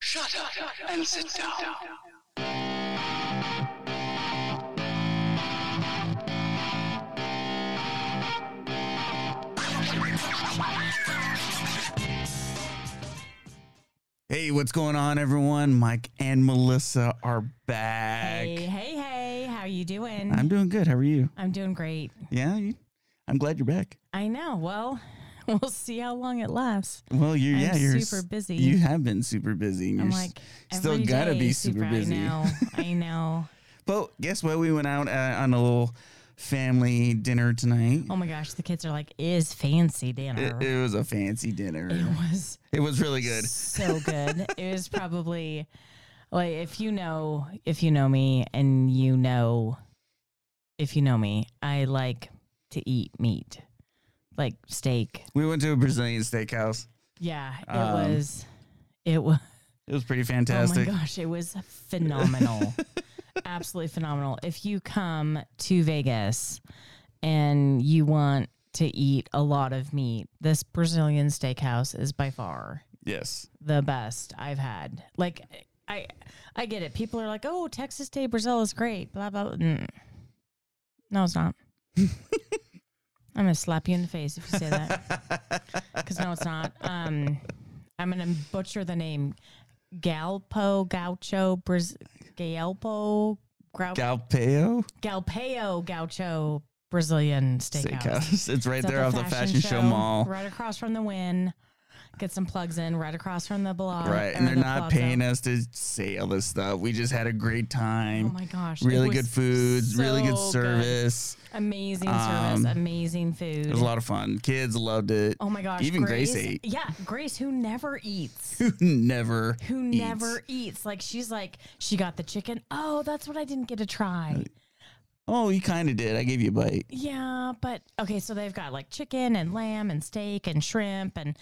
Shut up and sit down. Hey, what's going on, everyone? Mike and Melissa are back. Hey, hey, hey, how you doing? I'm doing good. How are you? I'm doing great. Yeah, you, I'm glad you're back. I know. Well, we'll see how long it lasts. Well, you're I'm yeah, you're super s- busy. You have been super busy. and I'm you're s- like still every gotta day be super busy. I know. I know. But guess what? We went out uh, on a little family dinner tonight. Oh my gosh, the kids are like, "Is fancy dinner." It, it was a fancy dinner. It was It was really good. so good. it was probably like if you know if you know me and you know if you know me, I like to eat meat, like steak. We went to a Brazilian steakhouse. Yeah, it Um, was. It was. It was pretty fantastic. Oh my gosh, it was phenomenal. Absolutely phenomenal. If you come to Vegas and you want to eat a lot of meat, this Brazilian steakhouse is by far yes. the best I've had. Like I I get it. People are like, "Oh, Texas Day Brazil is great." blah blah. blah. Mm. No, it's not. I'm going to slap you in the face if you say that. Cuz no, it's not. Um I'm going to butcher the name Galpo Gaucho Braz Galpo Grau- Galpeo Galpeo Gaucho Brazilian Steakhouse. steakhouse. It's right It's at there off the fashion show mall. right across from the Win. Get some plugs in, right across from Um, the block. right and they're not paying us to say all this stuff we just had a great time Oh my gosh! it really was good food really good so service good. amazing Um, service, amazing food. it was a lot of fun kids loved it oh my gosh! even grace, ate Yeah, Grace, who never eats. who never Who eats. never eats? Like she's like she got the chicken. Oh, that's what I didn't get to Uh, try. oh you kind of did i gave you a bite Yeah, but okay. So they've got like chicken and lamb and steak and shrimp and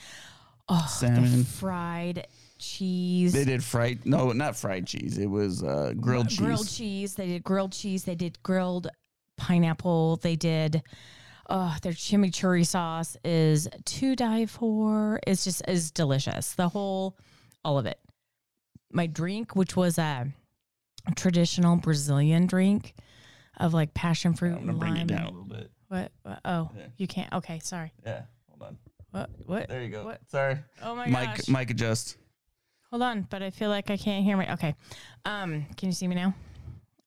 oh, Salmon. the fried cheese. they did fried no not fried cheese it was uh grilled cheese grilled cheese. They did grilled cheese. They did grilled pineapple. They did. Oh, their chimichurri sauce is to die for. It's just is delicious. The whole, all of it. My drink, which was a traditional Brazilian drink of like passion fruit i'm gonna and bring lime. it down a and- little bit What? what- Oh, Yeah. you can't. Okay, sorry. yeah hold on What? What? there you go What? sorry Oh my mike gosh. mike adjust Hold on, but I feel like I can't hear me. Okay. Um, can you see me now?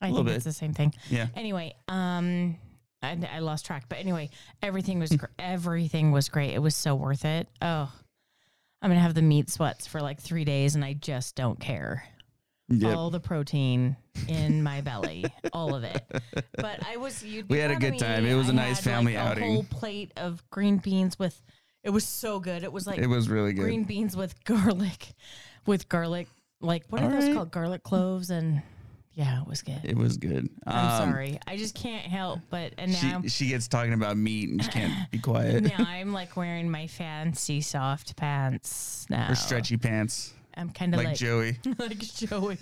I Little think bit. it's the same thing. yeah Anyway, um, I, I lost track, but anyway, everything was gr- everything was great. It was so worth it. Oh, I'm gonna have the meat sweats for like three days, and I just don't care. yep. All the protein in my belly, all of it. But I was you. We had a good time. It was a a nice family outing. A whole plate of green beans with. It was so good. It was like it was really good green beans with garlic, with garlic. Like what are All those right. called? Garlic cloves and yeah, it was good. it was good I'm Um, sorry. I just can't help but and now she, she gets talking about meat and she can't be quiet now I'm like wearing my fancy soft pants now. or stretchy pants I'm kind of like Uh, like Joey. like Joey.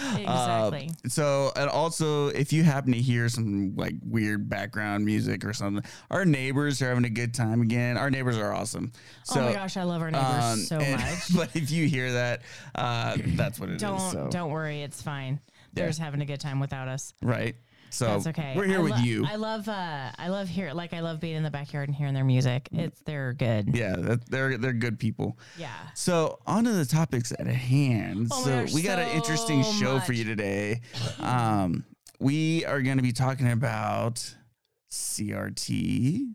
exactly. So, and also, if you happen to hear some like weird background music or something, our neighbors are having a good time again. Our neighbors are awesome. So, oh my gosh, I love our neighbors um, so and- much. But if you hear that, uh, that's what it is. Don't so, don't worry, it's fine. They're Yeah. just having a good time without us. Right. So That's okay. We're here I with lo- you. I love uh I love hear like I love being in the backyard and hearing their music. Mm. It's they're good. yeah, that, they're they're good people. Yeah. So on to the topics at hand. Oh my so gosh, we got an so interesting show for much. you today. Um, we are going to be talking about CRT,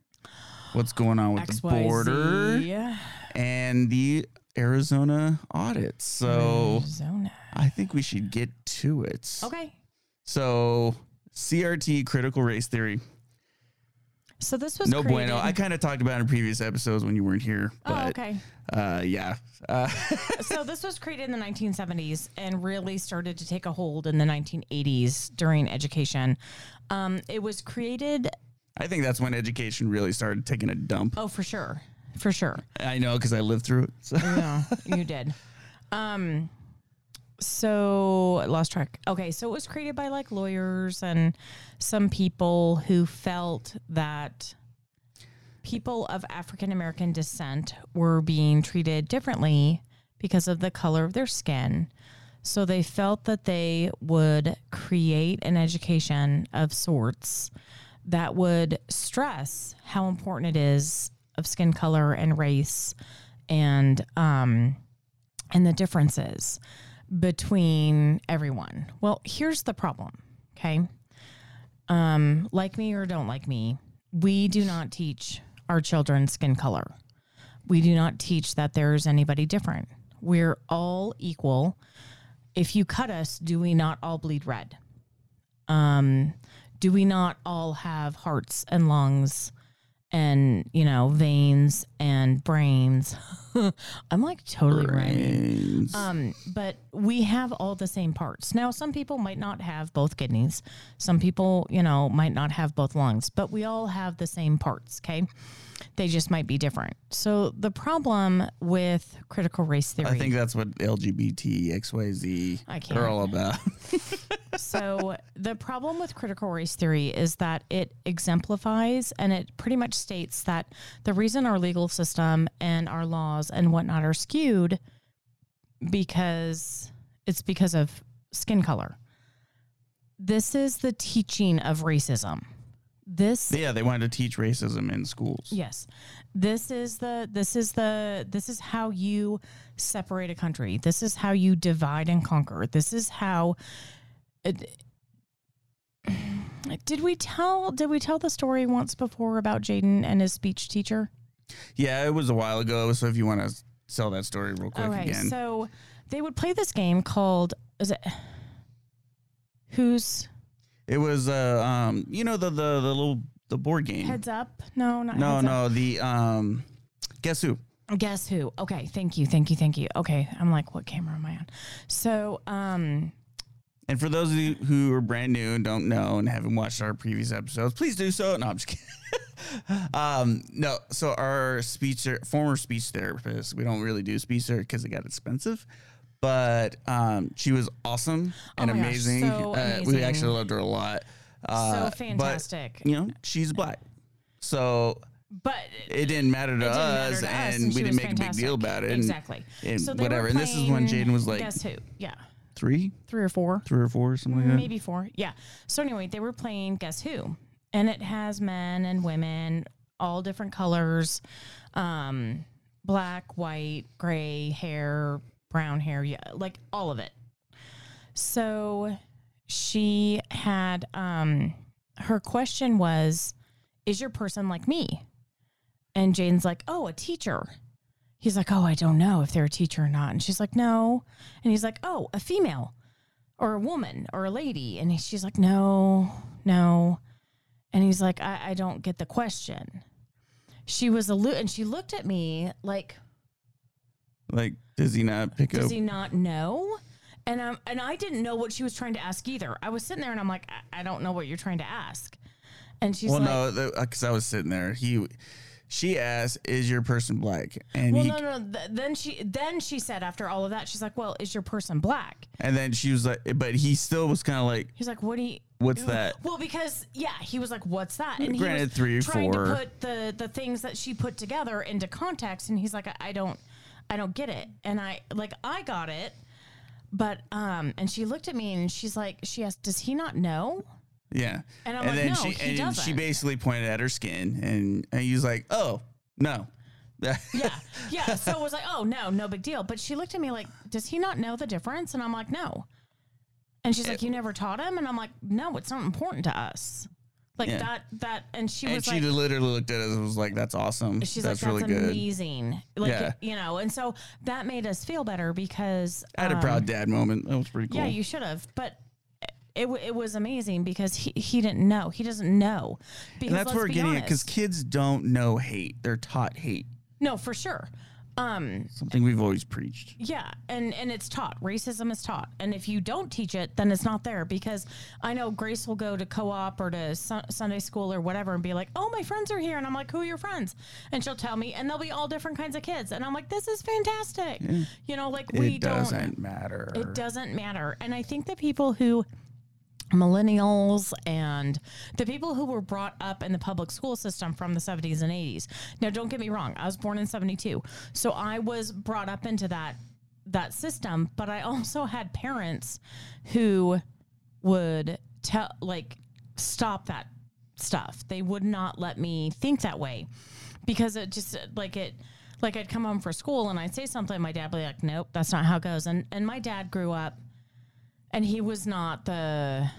what's going on with the XYZ. border, and the Arizona audit. So Arizona. I think we should get to it. Okay. So CRT, critical race theory. So this was No created. bueno. I kind of talked about it in previous episodes when you weren't here, but oh, okay. uh, yeah. Uh, so this was created in the 1970s and really started to take a hold in the 1980s during education. Um, it was created, I think that's when education really started taking a dump. oh, for sure, for sure. I know because I lived through it. So. Yeah, you did. Um, so I lost track. Okay, so it was created by like lawyers and some people who felt that people of African American descent were being treated differently because of the color of their skin. So they felt that they would create an education of sorts that would stress how important it is of skin color and race and um and the differences between everyone. Well, here's the problem, okay? Um like me or don't like me, we do not teach our children skin color. We do not teach that there's anybody different. We're all equal. If you cut us, do we not all bleed red? Um, do we not all have hearts and lungs and, you know, veins and brains? I'm like totally right. Brains. Um, but we have all the same parts. Now, some people might not have both kidneys. Some people, you know, might not have both lungs, but we all have the same parts, okay? They just might be different. So the problem with critical race theory. I think that's what LGBT XYZ I can't. are all about. so the problem with critical race theory is that it exemplifies and it pretty much states that the reason our legal system and our laws and whatnot are skewed because it's because of skin color. This is the teaching of racism. This yeah, they wanted to teach racism in schools. Yes. This is the this is the this is how you separate a country. This is how you divide and conquer. This is how it- Did we tell did we tell the story once before about Jaden and his speech teacher? Yeah, it was a while ago. So if you want to sell that story real quick Okay, again, so they would play this game called is it Who's it was uh um you know the the the little the board game. Heads Up? No, not no, Heads Up. no, the um guess who? Guess who? Okay, thank you, thank you, thank you. Okay, I'm like, what camera am I on? So, um, And for those of you who are brand new and don't know and haven't watched our previous episodes, please do so. No, I'm just kidding. um, no, so our speech ther- former speech therapist, we don't really do speech therapy because it got expensive, but um, she was awesome and Oh my gosh, amazing. Uh, so We amazing. actually loved her a lot. Uh, so fantastic. But, you know, she's black, so but it didn't matter to it didn't us, matter to and, us, she we was didn't make a big fantastic. deal about it. and- Exactly. and they were whatever. And this is when playing- Jaden was like- guess who? Yeah, three, three or four, three or four, something like that. maybe four. Yeah. So anyway, they were playing guess who, and it has men and women, all different colors, um, black, white, gray hair, brown hair, yeah, like all of it. So she had um, her question was, "Is your person like me?" And Jaden's like, "Oh, a teacher." He's like, "Oh, I don't know if they're a teacher or not." And she's like, "No." And he's like, "Oh, a female or a woman or a lady." And he- she's like, "No, no." And he's like, "I, I don't get the question." She was a and she looked at me like, Like, does he not pick does up? he not know? And um, and I didn't know what she was trying to ask either. I was sitting there and I'm like, I, I don't know what you're trying to ask. And she's well, like, no, because I was sitting there. He, she asked, "Is your person black?" And Well, he, no, no. no. Th- then she then she said after all of that, she's like, "Well, is your person black?" and then she was like, but he still was kind of like, He's like, "What do you?" "What's that?" Well, because yeah, he was like, "What's that?" And he Granted, was three or trying four. to put the the things that she put together into context, and he's like, "I, I don't, I don't get it." And I like I got it, but um, and she looked at me and she's like, she asked, "Does he not know?" Yeah. And I'm like, no, she he and she doesn't. basically pointed at her skin, and, and he was like, "Oh no." Yeah, yeah. So it was like, "Oh no, no big deal." But she looked at me like, "Does he not know the difference?" And I'm like, "No." And Eh. she's like, "You never taught him?" And I'm like, "No, it's not important to us." Like Yeah. that, that, and she and was she like, literally looked at us and was like, "That's awesome. She's that's like, really that's good." amazing. Like, Yeah. you know, and so that made us feel better because. I had a um, proud dad moment. That was pretty cool. Yeah, you should have. But it, w- it was amazing because he, he didn't know. He doesn't know. Because and that's let's where we're be getting it because honest- kids don't know hate; they're taught hate. No, for sure. Um, Something we've always preached. yeah, and and it's taught. Racism is taught, and if you don't teach it, then it's not there. Because I know Grace will go to co-op or to Sun Sunday school or whatever, and be like, "Oh, my friends are here," and I'm like, "Who are your friends?" And she'll tell me, and they'll be all different kinds of kids, and I'm like, "This is fantastic." You know, like we it don't. doesn't matter. It doesn't matter. And I think the people who millennials and the people who were brought up in the public school system from the 70s and 80s. Now don't get me wrong, I was born in 72. So I was brought up into that that system, but I also had parents who would tell like stop that stuff. They would not let me think that way because it just like it like I'd come home for school and I'd say something my dad would be like, "Nope, that's not how it goes." And and my dad grew up and he was not the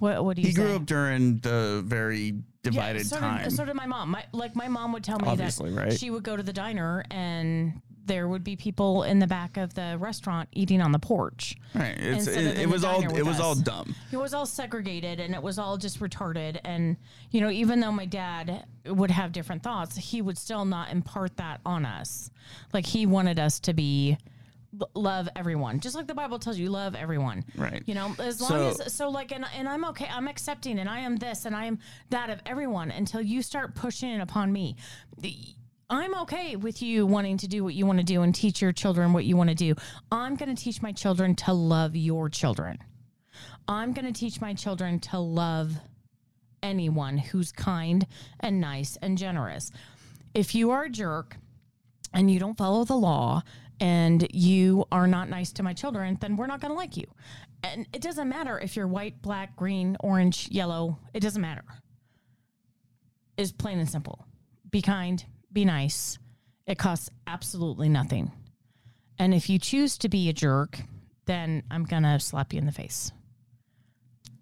what what do you He grew say? up during the very divided so time. Did, so did my mom. My, like my mom would tell me Obviously, that right? she would go to the diner and there would be people in the back of the restaurant eating on the porch. right. It's, instead of it, in it the was all diner it with was all us. dumb. It was all segregated and it was all just retarded. And, you know, even though my dad would have different thoughts, he would still not impart that on us. Like he wanted us to be love everyone just like the bible tells you love everyone Right. you know as long So- as so like and, and i'm okay i'm accepting and i am this and i am that of everyone until you start pushing it upon me The- i'm okay with you wanting to do what you want to do and teach your children what you want to do i'm going to teach my children to love your children i'm going to teach my children to love anyone who's kind and nice and generous if you are a jerk and you don't follow the law and you are not nice to my children, then we're not going to like you. And it doesn't matter if you're white, black, green, orange, yellow, it doesn't matter. It's plain and simple. Be kind, be nice. It costs absolutely nothing. And if you choose to be a jerk, then I'm going to slap you in the face.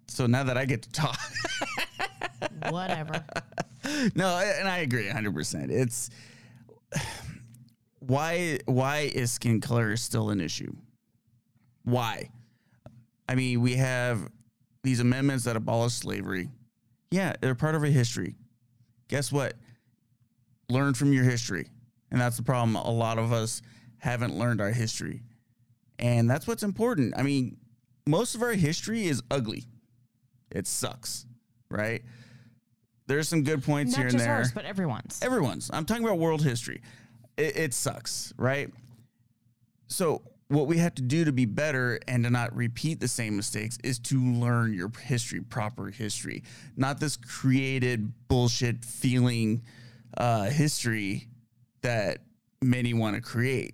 So now that I get to talk, Whatever. no, and I agree 100%. It's why why is skin color still an issue? Why? I mean, we have these amendments that abolish slavery. Yeah, they're part of a history. Guess what? Learn from your history. And that's the problem. A lot of us haven't learned our history. And that's what's important. I mean, most of our history is ugly. It sucks, right? There's some good points not here and just there ours, but everyone's. everyone's. I'm talking about world history. It, it sucks, right? So what we have to do to be better and to not repeat the same mistakes is to learn your history, proper history, not this created bullshit feeling uh, history that many want to create.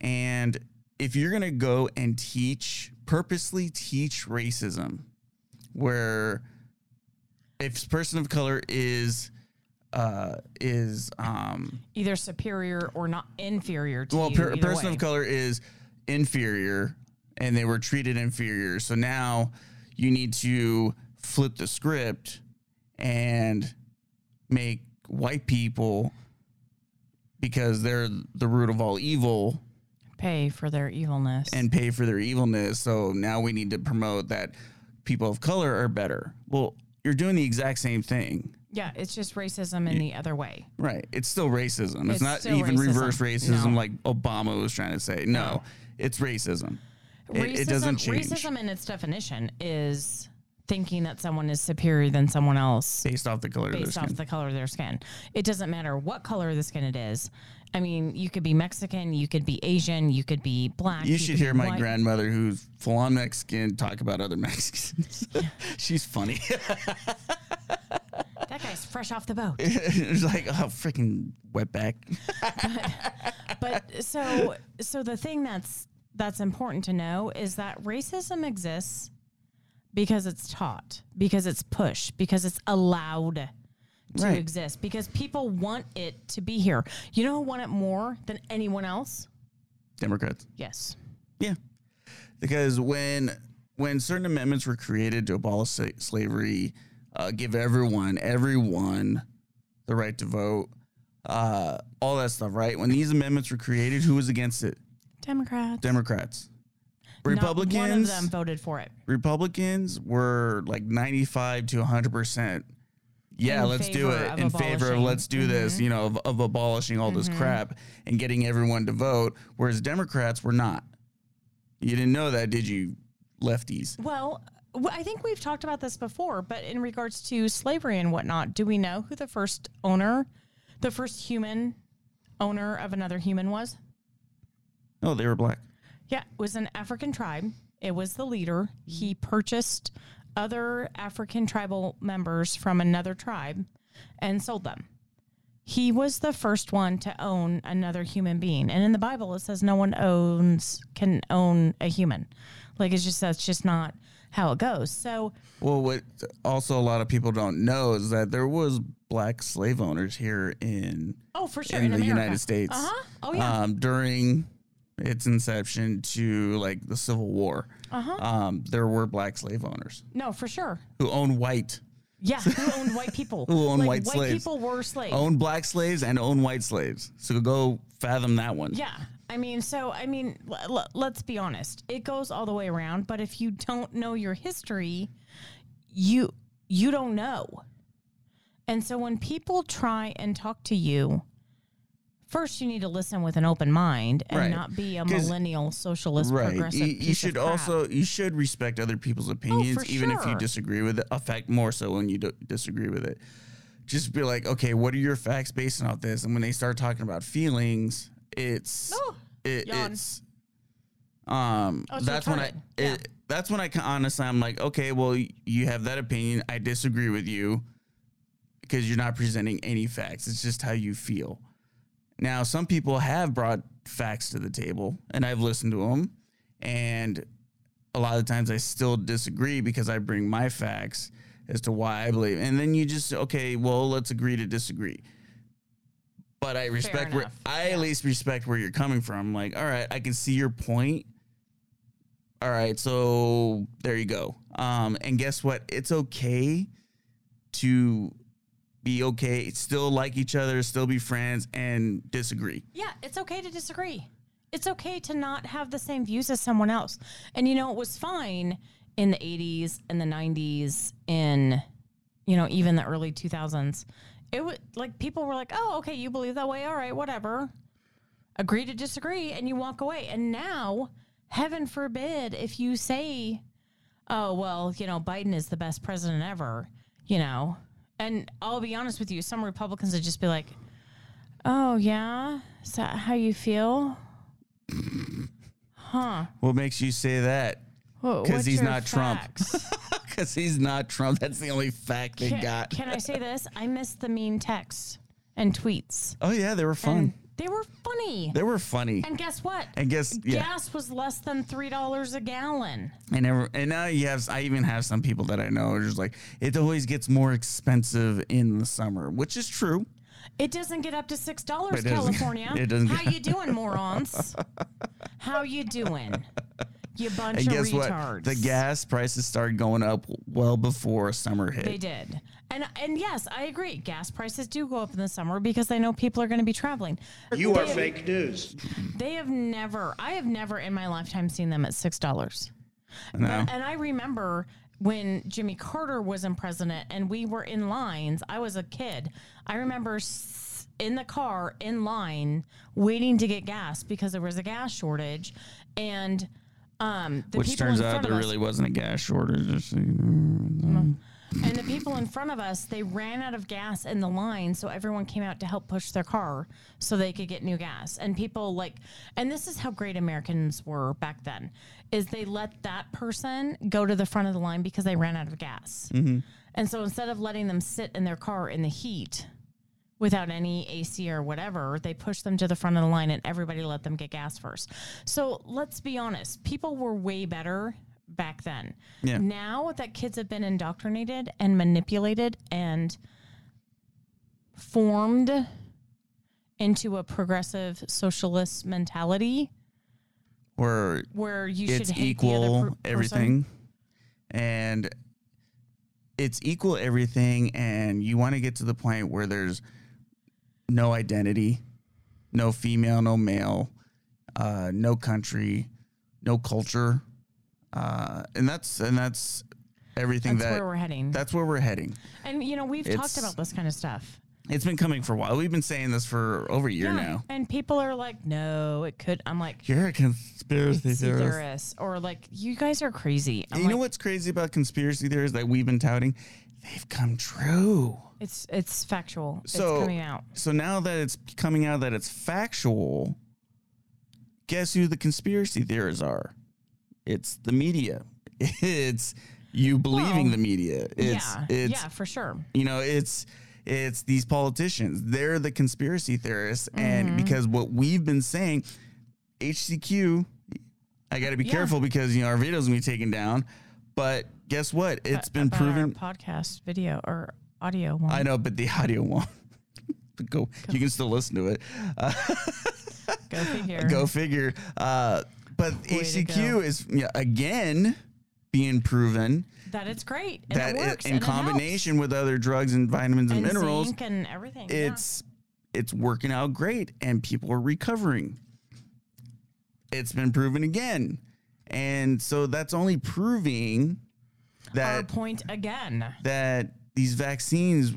And if you're going to go and teach, purposely teach racism, where if a person of color is uh, is um, Either superior or not inferior to well, you. per- either person way. of color is inferior, and they were treated inferior. So now you need to flip the script and make white people because they're the root of all evil pay for their evilness. and pay for their evilness. So now we need to promote that people of color are better. Well, you're doing the exact same thing. Yeah, it's just racism in the other way. Right. It's still racism. It's, It's not still even racism. reverse racism No. like Obama was trying to say. No, it's racism. It, racism, it doesn't change Racism in its definition is thinking that someone is superior than someone else based off the color of their based off skin. the color of their skin. It doesn't matter what color of the skin it is. I mean, you could be Mexican, you could be Asian, you could be black. you could should be hear my white. grandmother, who's full on Mexican, talk about other Mexicans. She's funny. That guy's fresh off the boat. it's like, oh, freaking wetback. but so so the thing that's that's important to know is that racism exists because it's taught, because it's pushed, because it's allowed to Right. exist, because people want it to be here. You know who want it more than anyone else? Democrats. Yes. Yeah, because when when certain amendments were created to abolish sa- slavery, uh, give everyone everyone the right to vote, uh, all that stuff, right? When these amendments were created, who was against it? Democrats. Democrats, Republicans. Not one of them voted for it. Republicans were like 95 to 100 percent. Yeah, In let's do favor it of in favor of abolishing. Mm-hmm. let's do this, you know, of, of abolishing all this crap and getting everyone to vote. Whereas Democrats were not. You didn't know that, did you, lefties? Well, w- I think we've talked about this before, but in regards to slavery and whatnot, do we know who the first owner, the first human owner of another human was? No, they were black. Yeah, it was an African tribe. It was the leader. He purchased other African tribal members from another tribe and sold them. he was the first one to own another human being. And in the Bible, it says no one owns, can own a human. Like it's just, that's just not how it goes. So, Well, what also a lot of people don't know is that there was black slave owners here in oh, for sure. in, the America. United States. Uh-huh. Oh, yeah. Um, during its inception to like the Civil War, Uh-huh. um, there were black slave owners no, for sure. who owned white, Yeah. Who owned white people? Who owned Like, white slaves. people were slaves. owned black slaves, and owned white slaves. So go fathom that one. Yeah. I mean, so, I mean, l- l- let's be honest. It goes all the way around, but if you don't know your history, you you don't know. And so when people try and talk to you, first you need to listen with an open mind and Right. not be a 'Cause- millennial socialist Right. progressive. You, you piece of should crap. Oh, also you should respect other people's opinions, even if you sure. disagree with it. Affect more so when you do- disagree with it. Just be like, okay, what are your facts based off this? And when they start talking about feelings, it's No. it, Oh, Yawn. it's um Oh, it's that's when I it, retarded. Yeah. that's when I can honestly I'm like, okay, well y- you have that opinion. I disagree with you because you're not presenting any facts. It's just how you feel. Now, some people have brought facts to the table, and I've listened to them, and a lot of times I still disagree because I bring my facts as to why I believe. And then you just okay, well, let's agree to disagree. But I respect where enough, I at least respect where you're coming from. Like, all right, I can see your point. All right, so there you go. Um, and guess what? It's okay to be okay, still like each other, still be friends, and disagree. Yeah, it's okay to disagree. It's okay to not have the same views as someone else. And you know, it was fine in the 80s and the 90s in you know, even the early 2000s. It was like people were like, "Oh, okay, you believe that way. All right, whatever." Agree to disagree and you walk away. And now, heaven forbid if you say, "Oh, well, you know, Biden is the best president ever," you know. And I'll be honest with you, some Republicans would just be like, Oh yeah, is that how you feel? Huh? What makes you say that? Wha- 'Cause what's he's your not Trump. facts? Because he's not Trump. That's the only fact they Can, got. can I say this? I miss the mean texts and tweets. oh yeah, they were fun. And they were funny. they were funny. and guess what? And guess yeah, Gas was less than three dollars a gallon. I never. And now you have. I even have some people that I know are just like it always gets more expensive in the summer, which is true. It doesn't get up to six dollars, It doesn't. California. It doesn't How get- you doing, morons? How you doing? You bunch And of guess retards. what? The gas prices started going up well before summer hit. They did. And and yes, I agree. Gas prices do go up in the summer because they know people are going to be traveling. You they are have- fake news. They have never I have never in my lifetime seen them at $6. you know? And I remember when Jimmy Carter wasn't president and we were in lines, I was a kid. I remember s- in the car in line waiting to get gas because there was a gas shortage and um, the Which people turns in front out of there us- really wasn't a gas shortage. Just, you know. and the people in front of us they ran out of gas in the line so everyone came out to help push their car so they could get new gas and people like and this is how great americans were back then is they let that person go to the front of the line because they ran out of gas and so instead of letting them sit in their car in the heat without any AC or whatever, they pushed them to the front of the line and everybody let them get gas first. So let's be honest, people were way better back then. Yeah. Now that kids have been indoctrinated and manipulated and formed into a progressive socialist mentality Where where you it's should hate the equal other per- person. everything and it's equal everything and you want to get to the point where there's no identity no female no male uh, no country no culture uh, and that's and that's everything That's that where we're heading. that's where we're heading And you know, we've talked It's- about this kind of stuff. it's been coming for a while we've been saying this for over a year now And people are like, no, it could. I'm like, you're a conspiracy theorist theorists or like you guys are crazy. I'm you like, know what's crazy about conspiracy theories that we've been touting they've come true It's it's factual. So- it's coming out. So now that it's coming out that it's factual, guess who the conspiracy theorists are? It's the media. It's you believing Well, the media. It's yeah, it's yeah, for sure. you know, it's It's these politicians. They're the conspiracy theorists. And Mm-hmm. because what we've been saying, HCQ, I got to be Yeah. careful because, you know, our video's going to be taken down. But guess what? It's been about our proven. podcast video or audio one. I know, but the audio won't. But Go. You can still listen to it. Uh, Go figure. Go figure. Uh, but Mm-hmm. Way to go. HCQ is yeah, again being proven that it's great. And that it it- works in and it helps. combination with other drugs and vitamins and, And minerals, zinc and everything. yeah. it's it's working out great and people are recovering. It's been proven again. And so that's only proving our that point again. that these vaccines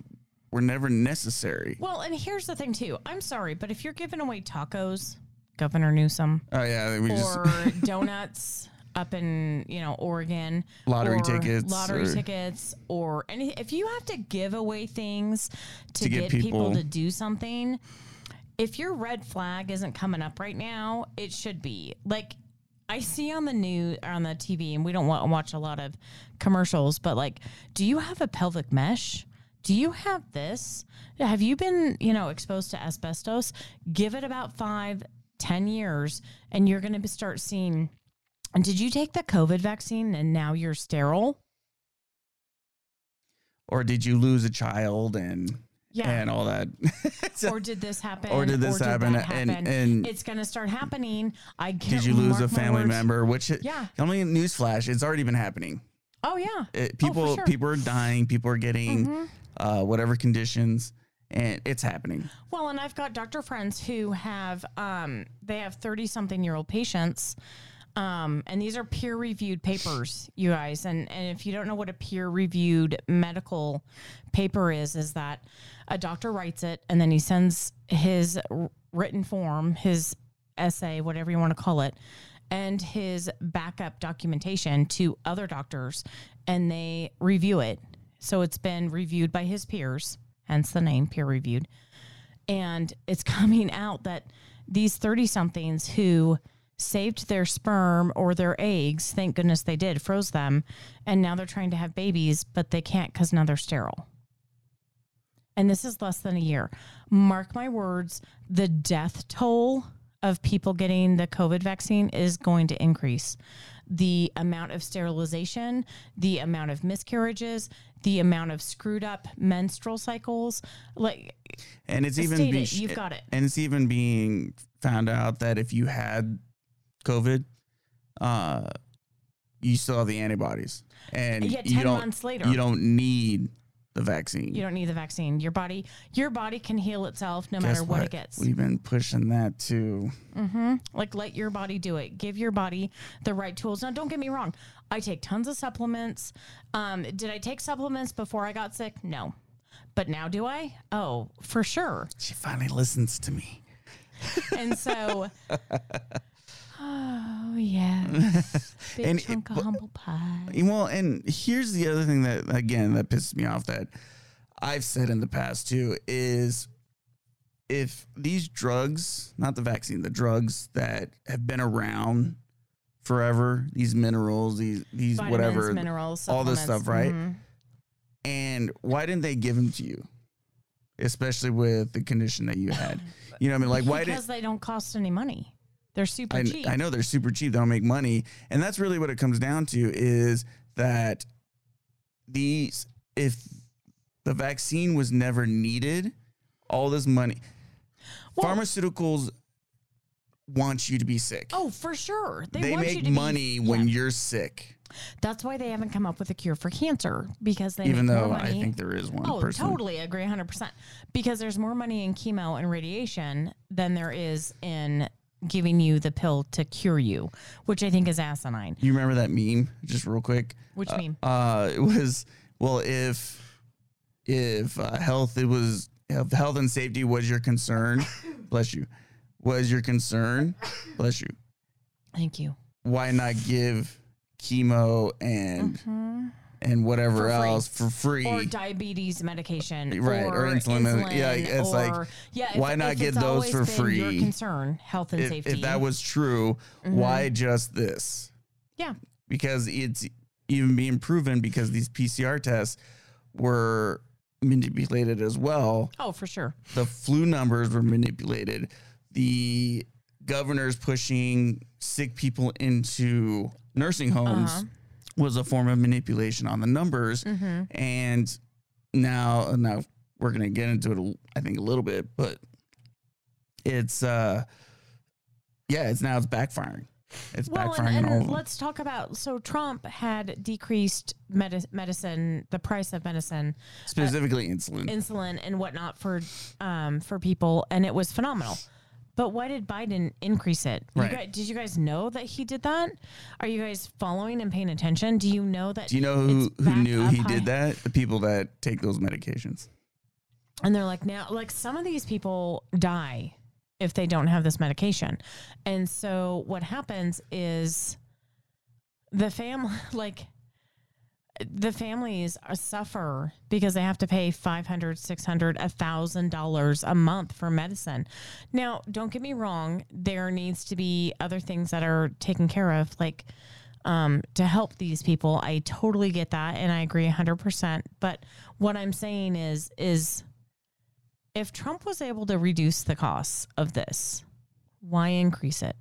were never necessary. Well, and here's the thing too. I'm sorry, but if you're giving away tacos, Governor Newsom, Oh yeah, we just or donuts up in you know Oregon, Lottery or tickets lottery or- tickets, or any if you have to give away things to, get get, people, people- to do something, if your red flag isn't coming up right now, it should be like. I see on the news on the TV, and we don't wa- watch a lot of commercials, but like, do you have a pelvic mesh? Do you have this? Have you been, you know, exposed to asbestos? Give it about five, ten years, and you're going to start seeing. And did you take the COVID vaccine and now you're sterile? or did you lose a child and and all that? or did this happen? Or did this happen? that And- happen? and- it's going to start happening. I can't did you lose a mark my family words. member? Which Yeah. I mean, newsflash, it's already been happening. Oh yeah. It, Oh, for people sure. Mm-hmm. people are dying. People are getting uh, whatever conditions, and it's happening. Well, and I've got doctor friends who have um, they have thirty something year old patients, um, and these are peer reviewed papers, you guys. And and if you don't know what a peer reviewed medical paper is, is that a doctor writes it and then he sends his r- written form, his essay, whatever you want to call it, and his backup documentation to other doctors, and they review it. So it's been reviewed by his peers, hence the name peer reviewed and it's coming out that these 30 somethings who saved their sperm or their eggs, thank goodness they did, froze them, and now they're trying to have babies, but they can't because now they're sterile. And this is less than a year. Mark my words, the death toll of people getting the COVID vaccine is going to increase. The amount of sterilization, the amount of miscarriages, the amount of screwed up menstrual cycles, like And it's I even state be- it. You've got it. And it's even being found out that if you had COVID, uh, you still have the antibodies, and Yeah, you 10 don't months later. you don't need the vaccine. you don't need the vaccine. Your body, your body can heal itself no matter what, it gets. We've been pushing that too. like let your body do it. Give your body the right tools. Now, don't get me wrong. I take tons of supplements. Um, did I take supplements before I got sick? No. But now do I? Oh, for sure. She finally listens to me. And so, oh yeah, big And it- chunk of humble pie. Well, and here's the other thing that again that pisses me off that I've said in the past too is if these drugs, not the vaccine, the drugs that have been around forever, these minerals, these these Vitamins, whatever, minerals, all this stuff, right? supplements. Mhm. and why didn't they give them to you? Especially with the condition that you had, you know, what I mean, like why did because they don't cost any money. They're super I, cheap. I know they're super cheap. They don't make money, and that's really what it comes down to is that these if the vaccine was never needed, all this money, Well- pharmaceuticals want you to be sick. Oh, for sure. They, they want you make to be- money when Yeah. you're sick, That's why they haven't come up with a cure for cancer because they even make though more money. I think there is one oh, person. totally agree, hundred percent. Because there's more money in chemo and radiation than there is in giving you the pill to cure you, which I think is asinine. You remember that meme? Just real quick. Which uh, meme? Uh, it was well, if if uh, health it was if health and safety was your concern, bless you, was your concern, bless you. Thank you. Why not give chemo and and whatever Mm-hmm. For free. else for free? Or diabetes medication, e- Right, or insulin, uh, yeah, it's like, yeah, why not get it's those always for been Your free? concern, health and if, safety. Mm-hmm. if that was true, why just this? yeah, because it's even being proven because these PCR tests were manipulated as well. Oh, for sure. The flu numbers were manipulated. The governors pushing sick people into nursing homes Uh-huh. was a form of manipulation on the numbers. Mm-hmm. And now, now we're gonna get into it. a l- I think a little bit, but it's uh, yeah, it's now it's backfiring. It's Well, backfiring on and, all of and them. let's talk about so Trump had decreased medi- medicine, the price of medicine, specifically insulin. insulin, and whatnot for um, for people, and it was phenomenal. But why did Biden increase it? You Right. guy- did you guys know that he did that? Are you guys following and paying attention? Do you know that? Do you know who, it's who back knew up he high? did that? The people that take those medications. And they're like, now, like some of these people die if they don't have this medication. And so what happens is the family, like, the families are suffer because they have to pay 500 600 $1000 a month for medicine now don't get me wrong there needs to be other things that are taken care of like um, to help these people i totally get that and i agree 100% but what i'm saying is is if Trump was able to reduce the costs of this, why increase it?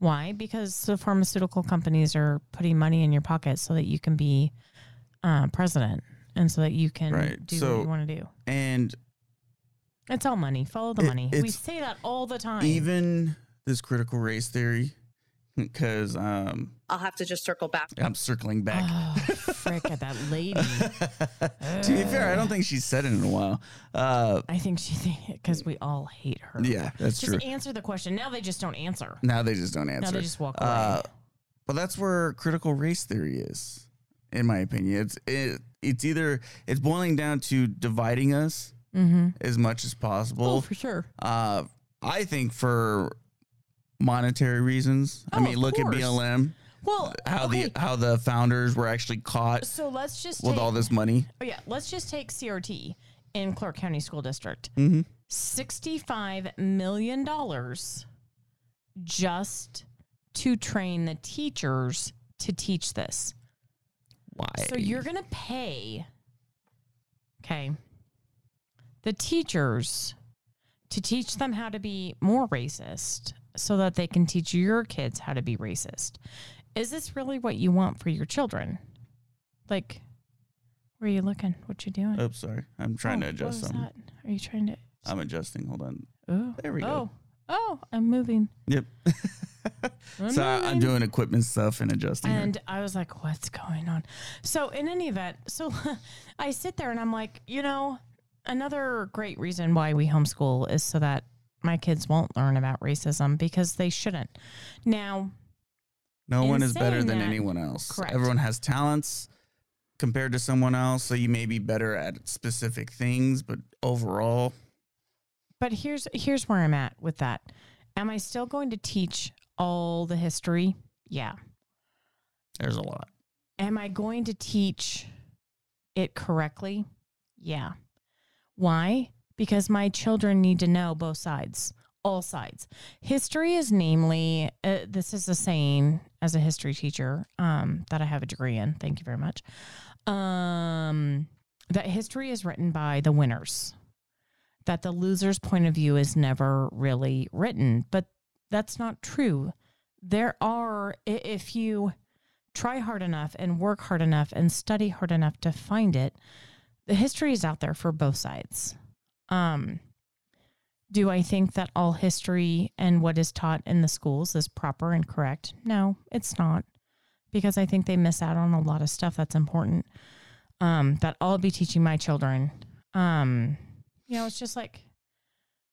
Why? Because the pharmaceutical companies are putting money in your pocket so that you can be uh, president and so that you can Right. do So- what you want to do. And It's all money. Follow the It- money. We it's- say that all the time. even this critical race theory, because um, I'll have to just circle back. I'm circling back. oh, frick at that lady. Uh, to be fair, I don't think she's said it in a while. Uh, I think she because we all hate her. yeah, that's Just true. answer the question. Now they just don't answer. now they just don't answer. Now they just walk away. Uh, but that's where critical race theory is, in my opinion. It's it, it's either it's boiling down to dividing us mm-hmm. as much as possible. Oh, for sure. Uh, I think for monetary reasons. I Oh, mean, of look course. at BLM. Well, How okay, the how the founders were actually caught so let's just with take- all this money. Oh yeah, let's just take CRT in Clark County School District. Mhm. $65 million just to train the teachers to teach this. Why? So you're going to pay, okay, the teachers to teach them how to be more racist so that they can teach your kids how to be racist. Is this really what you want for your children? Like, where are you looking? What you doing? Oops, sorry. I'm trying to Oh, what adjust was something. that? Are you trying to? I'm adjusting. Hold on. Oh, There we go. Oh, oh, I'm moving. Yep. so I- I'm doing equipment stuff and adjusting. here. And I was like, what's going on? So, in any event, so I sit there and I'm like, you know, another great reason why we homeschool is so that my kids won't learn about racism because they shouldn't. Now, No in one is better saying than that- anyone else. Correct. Everyone has talents compared to someone else, so you may be better at specific things, but overall, but here's here's where I'm at with that. Am I still going to teach all the history? Yeah. there's a lot. am I going to teach it correctly? Yeah. Why? Because my children need to know both sides, all sides. History is namely, uh, this is a saying as a history teacher um, that I have a degree in. Thank you very much. Um, that history is written by the winners, that the loser's point of view is never really written. But that's not true. There are, i- if you try hard enough and work hard enough and study hard enough to find it, the history is out there for both sides. Um, do I think that all history and what is taught in the schools is proper and correct? No, it's not, because I think they miss out on a lot of stuff that's important um, that I'll be teaching my children. Um, you know, it's just like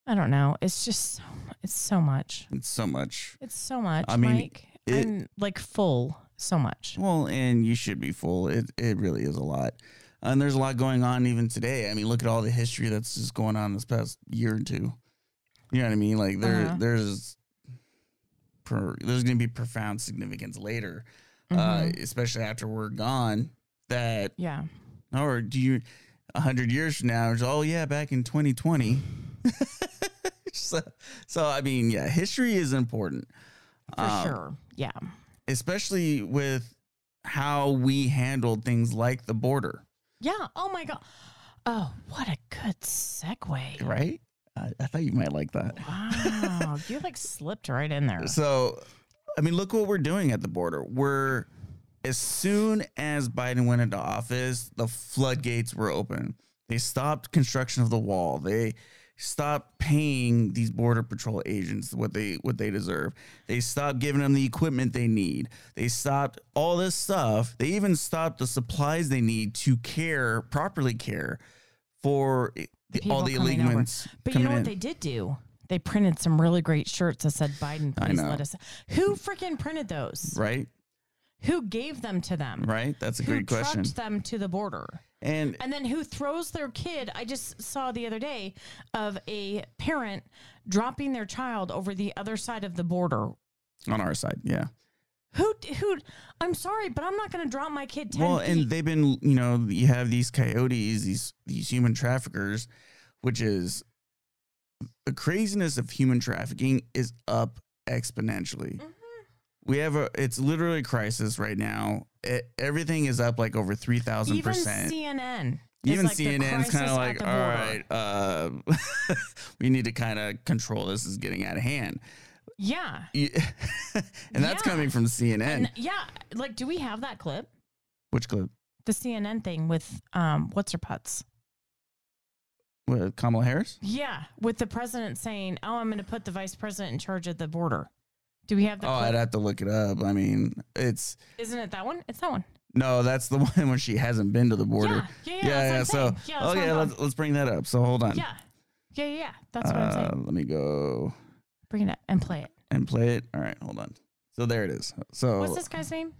I don't know. It's just so, it's so much. It's so much. It's so much. I mean, Mike. it- I'm like full so much. Well, and you should be full. It it really is a lot. And there's a lot going on even today. I mean, look at all the history that's just going on this past year or two. You know what I mean? Like there Uh-huh. there's pro there's going to be profound significance later, uh, Mhm. especially after we're gone. That yeah. or do you a hundred years from now? It's oh yeah, back in 2020. so, so I mean, yeah, history is important For Um, sure. Yeah. especially with how we handled things like the border. Yeah. Oh my god. Oh, what a good segue. right? I, I thought you might like that. Wow. you like slipped right in there. So, I mean, look what we're doing at the border. We're as soon as Biden went into office, the floodgates were open. They stopped construction of the wall. They stopped paying these border patrol agents what they what they deserve. They stopped giving them the equipment they need. They stopped all this stuff. They even stopped the supplies they need to care properly care for the, all people the coming over. illegals. But you know coming what in. they did do? They printed some really great shirts that said Biden, I please know. let us. Who freaking printed those? right? Who gave them to them? Right? That's a who great question. trucked them to the border? And And then who throws their kid? I just saw the other day of a parent dropping their child over the other side of the border. on our side, yeah. Who? Who? I'm sorry, but I'm not going to drop my kid ten Well, feet. and they've been, you know, you have these coyotes, these these human traffickers, which is the craziness of human trafficking is up exponentially. Mhm. We have a, it's literally a crisis right now. E- everything is up like over three thousand Even percent. CNN. is Even like the CNN's kind crisis of at like, the all border." right, uh, we need to kind of control this. Is getting out of hand, Yeah. You- and that's Yeah. coming from CNN. And yeah, like, do we have that clip? Which clip? The CNN thing with um, what's her putz? What, Kamala Harris? Yeah, with the president saying, "Oh, I'm going to put the vice president in charge of the border." Do we have the? Oh, I'd clip? have to look it up. I mean, it's Isn't it that one? It's that one. No, that's the one when she hasn't been to the border. Yeah, yeah, yeah. that's what So I'm saying. yeah, that's what okay, I'm going. let's let's bring that up. So hold on. yeah, yeah, yeah, yeah. That's what I'm uh, saying. let me go Bring it up and play it. and play it. All right, hold on. So there it is. So What's this guy's name?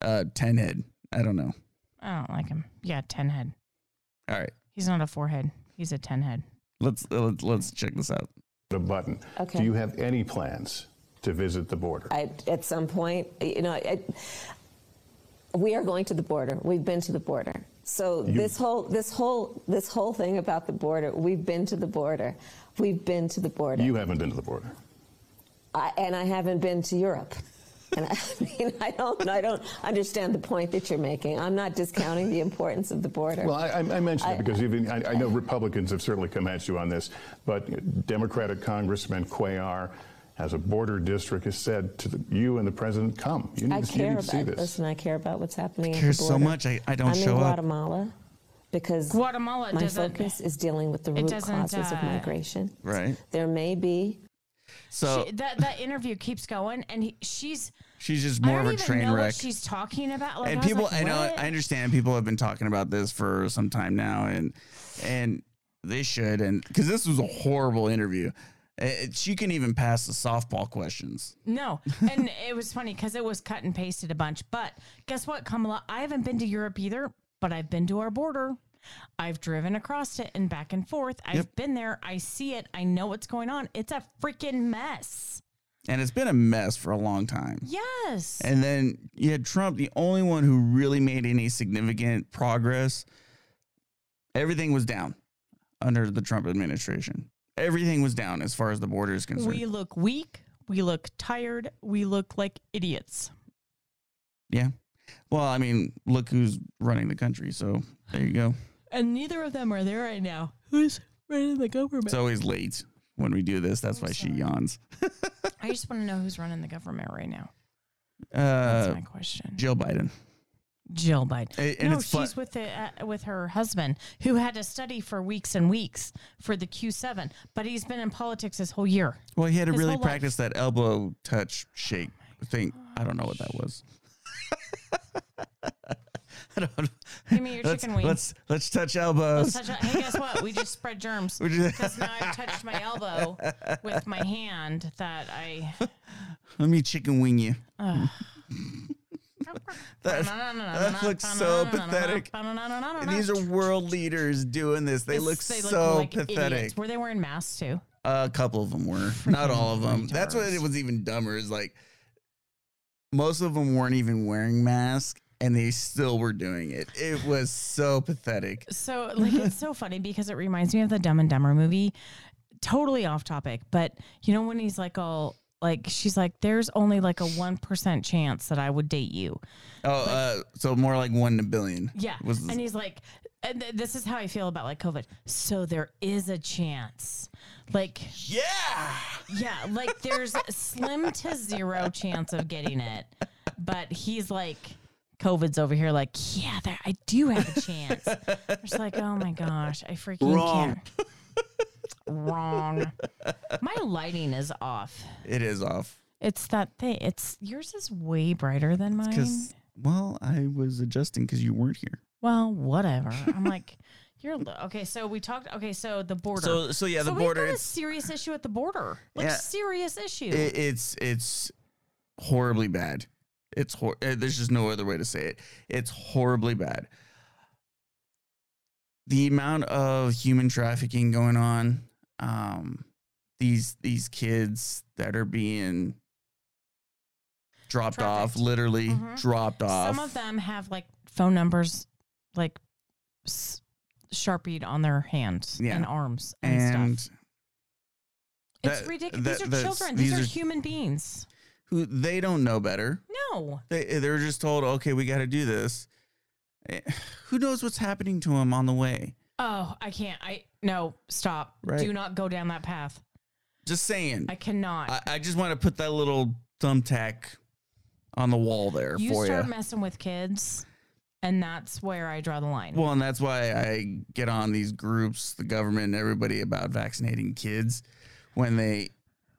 uh ten head. I don't know. I don't like him. Yeah, ten head. All right. He's not a forehead. He's a ten head. Let's uh, let's- let's check this out. the button. Okay. Do you have any plans to visit the border? I, at some point, you know, I, we are going to the border. We've been to the border. So this whole this whole this whole thing about the border, we've been to the border. We've been to the border. you haven't been to the border. I, and I haven't been to Europe. And I mean, I don't, I don't understand the point that you're making. I'm not discounting the importance of the border. Well, I, I I mention I- it because even I, I know Republicans have certainly come at you on this, but Democratic Congressman Cuellar has a border district has said to the, you and the president, "Come, you need, I to, you care need to see about this." listen. I care about what's happening. care at the so border. much, I- I don't I'm show in up. Guatemala because Guatemala my doesn't- focus is dealing with the it root doesn't, causes uh, of migration. Right. There may be So Oh. she, that that interview keeps going, and he, she's she's just I more of don't a even train know wreck. what she's talking about. Like, and I was people like, i know "What?" i understand people have been talking about this for some time now and and they should and because this was a horrible interview Eh, she can even pass the softball questions No, and it was funny because it was cut and pasted a bunch. But guess what, Kamala? I haven't been to Europe either, but I've been to our border. I've driven across it and back and forth. I've Yep. been there. I see it. I know what's going on. It's a freaking mess. and it's been a mess for a long time Yes. and then you had trump the only one who really made any significant progress everything was down under the trump administration everything was down as far as the border is concerned we look weak. We look tired. We look like idiots. yeah well i mean look who's running the country so there you go And neither of them are there right now. Who's running the government? It's always late when we do this. That's Oh, why she yawns. Uh, I just want to know who's running the government right now. That's Uh, my question. Jill Biden. Jill Biden. A- and no, it's fu- she's with the, uh, with her husband who had to study for weeks and weeks for the Q7, but he's been in politics his whole year. Well, he had to His really whole life. practice that elbow touch shake thing. I don't know what that was. I don't. Give me your Let's, chicken wing. let's let's touch elbows. Touch- hey, guess what? We just spread germs Would you- because now I've touched my elbow with my hand that I. Let me chicken wing you. That, that looks so pathetic. And these are world leaders doing this. They It's- look they so like pathetic. Idiots. Were they wearing masks too? A couple of them were, not all of them. That's what retards. it was even dumber. Is like most of them weren't even wearing masks, and they still were doing it. It was so pathetic. So like it's so funny because it reminds me of the Dumb and Dumber movie. Totally off topic, but you know when he's like all like she's like there's only like a 1% chance that I would date you. Oh, uh, so more like one in a billion. Yeah. was and he's like and th- this is how I feel about like COVID. So there is a chance. Like, Yeah. yeah, like there's a slim to zero chance of getting it. But he's like, COVID's over here, like, yeah, there, I do have a chance. It's like, oh my gosh, I freaking Wrong. can't. Wrong. My lighting is off. It is off. It's that thing. It's yours is way brighter than mine. Because, well, I was adjusting because you weren't here. Well, whatever. I'm like, you're lo- okay. So we talked. Okay, so the border. So, so yeah, the so border. We've got a It's, serious issue at the border. Like Yeah. serious issue. it, it's it's horribly bad. It's hor- uh, there's just no other way to say it. It's horribly bad. The amount of human trafficking going on. Um, these these kids that are being dropped off, Trafficked. literally Mhm. dropped off. Some of them have like phone numbers, like s- sharpied on their hands Yeah. and arms and, and stuff. It's that- that- ridiculous. these are that's- children. These, these are, are- human beings. who they don't know better. No. They they were just told, okay, we got to do this. Eh, Who knows what's happening to them on the way? Oh, I can't. I no. Stop. Right. Do not go down that path. Just saying. I cannot. I, I just want to put that little thumbtack on the wall there you for start you. messing with kids, and that's where I draw the line. Well, and that's why I get on these groups, the government, and everybody about vaccinating kids when they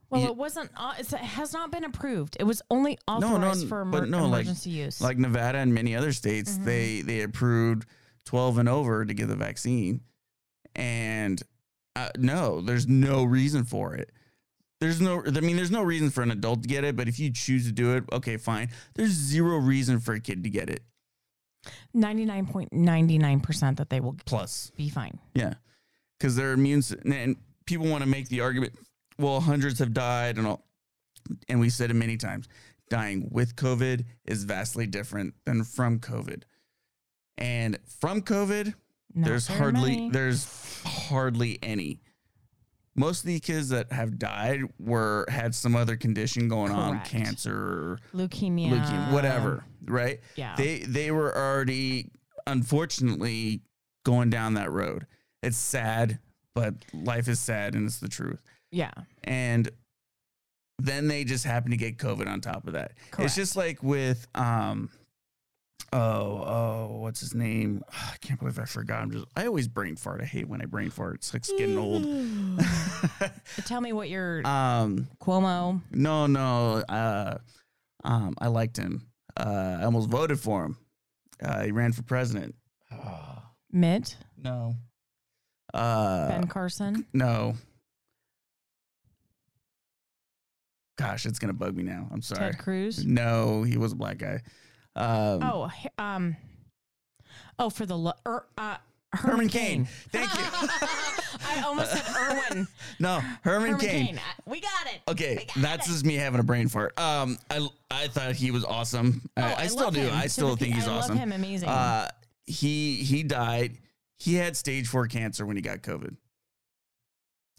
Well, You- it wasn't. au- it's- It has not been approved. It was only no no authorized for emer- but no like emergency use. like Nevada and many other states they they approved 12 and over to get the vaccine and uh, no there's no reason for it there's no I mean there's no reason for an adult to get it but if you choose to do it okay fine there's zero reason for a kid to get it ninety-nine point ninety-nine percent that they will plus be fine. Yeah, because their immune s- and- and people want to make the argument. Well, hundreds have died, and all, and we've said it many times. Dying with COVID is vastly different than from COVID, and from COVID, Not there's very hardly many. there's hardly any. Most of the kids that have died were had some other condition going on, Correct. cancer, or Leukemia, leukemia, whatever, right? yeah. They they were already unfortunately going down that road. It's sad, but life is sad and it's the truth. Yeah, And then they just happen to get COVID on top of that. It's Correct. just like with um oh oh what's his name? Ah, I can't believe I forgot. I'm just I always brain fart. I hate when I brain fart. It's like getting old. Mm. But tell me what your um Cuomo. no no uh um I liked him. Uh I almost voted for him. Uh, he ran for president. Mitt No. Uh Ben Carson. no. Gosh, it's gonna bug me now. I'm sorry. Ted Cruz. No, he was a black guy. Um, Oh, he- um, oh, for the lo- er, uh, Herman, Herman Cain. Thank you. I almost said Irwin. no, Herman, Herman Cain. Cain. I- We got it. Okay, that's just me having a brain fart. Um, I I thought he was awesome. Oh, I, I, still love do. him. I still Timothy- think he's I awesome. love him. Amazing. Uh, he he died. He had stage four cancer when he got COVID.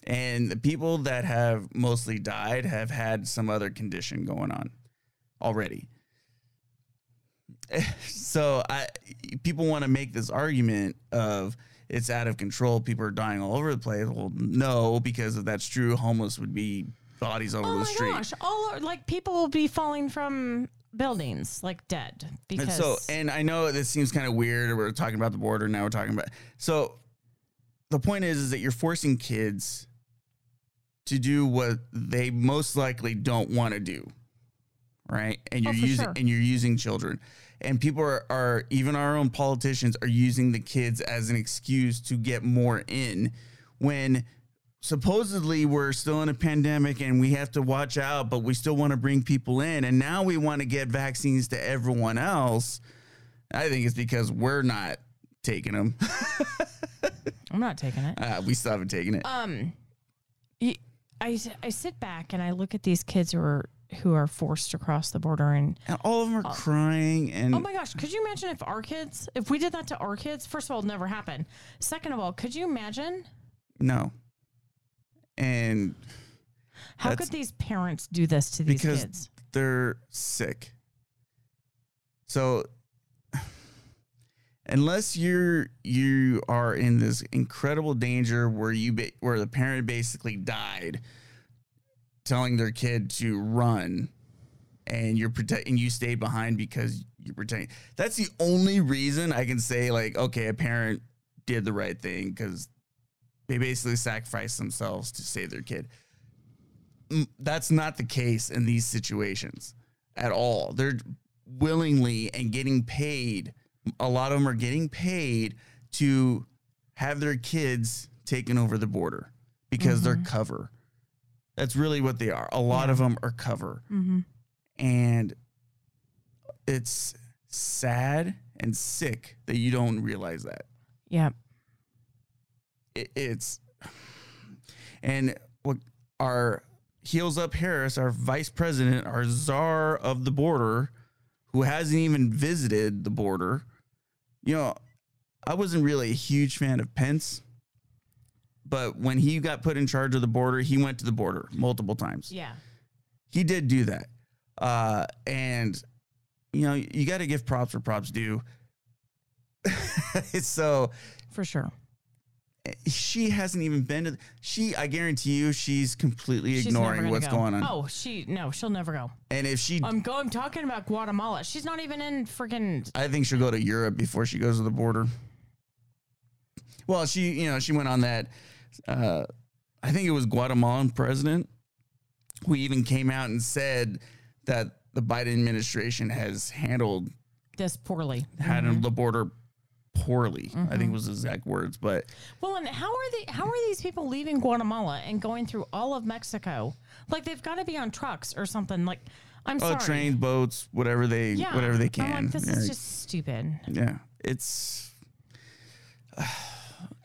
And the people that have mostly died have had some other condition going on already. so I people want to make this argument of it's out of control. People are dying all over the place. Well, no, because if that's true, homeless would be bodies over Oh the my street. gosh! All are, like people will be falling from buildings like dead And because so, and I know this seems kind of weird. We're talking about the border now. We're talking about so. The point is, is that you're forcing kids to do what they most likely don't want to do, right? And Oh, you're for using sure. and you're using children, and people are, are even our own politicians are using the kids as an excuse to get more in, when supposedly we're still in a pandemic and we have to watch out, but we still want to bring people in. And now we want to get vaccines to everyone else. I think it's because we're not taking them. I'm not taking it. Uh, we still haven't taken it. Um, y- I I sit back and I look at these kids who are who are forced to cross the border and and all of them are crying. And oh my gosh, could you imagine if our kids if we did that to our kids? First of all, it'd never happen. Second of all, could you imagine no. And how That's- could these parents do this to these because kids? they're sick. So, and unless you're you are in this incredible danger where you ba- where the parent basically died telling their kid to run and you're protect and you stayed behind because you're protecting that's the only reason i can say like okay a parent did the right thing because they basically sacrificed themselves to save their kid Mm, that's not the case in these situations at all they're willingly and getting paid a lot of them are getting paid to have their kids taken over the border because they're cover that's really what they are a lot of them are cover and it's sad and sick that you don't realize that Yeah. it, it's and what our heels up Harris, our vice president, our czar of the border, who hasn't even visited the border. You know, I wasn't really a huge fan of Pence, but when he got put in charge of the border, he went to the border multiple times Yeah. he did do that. Uh, and you know, you got to give props where props due. so For sure. she hasn't even been to. She, I guarantee you, she's completely She's never ignoring gonna what's go. going on. Oh, Um, she no, she'll never go. And if she, I'm go. I'm talking about Guatemala. She's not even in freaking. I think she'll go to Europe before she goes to the border. Well, she, you know, she went on that. Uh, I think it was Guatemalan president who even came out and said that the Biden administration has handled this poorly. had the border poorly. I Mm-hmm. think was the exact words, but Well, and how are they? How are these people leaving Guatemala and going through all of Mexico? Like they've got to be on trucks or something. Like I'm oh, sorry. trains, boats, whatever they, Yeah. whatever they I'm can. like this Yeah, is just stupid. yeah, it's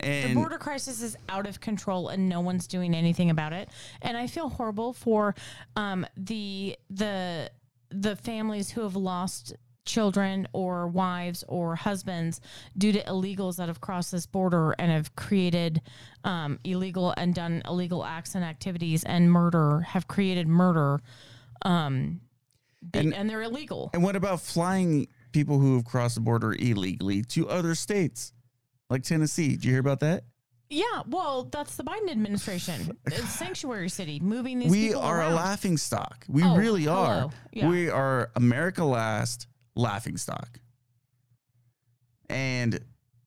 The and border crisis is out of control and no one's doing anything about it. And I feel horrible for um, the the the families who have lost children or wives or husbands due to illegals that have crossed this border and have created um, illegal and done illegal acts and activities and murder have created murder um, be- and, they're illegal and what about flying people who have crossed the border illegally to other states like Tennessee? Did you hear about that? yeah well that's the biden administration it's sanctuary city moving these we people are around. a laughing stock. We Oh, really are. hello. Yeah. We are America last laughing stock. And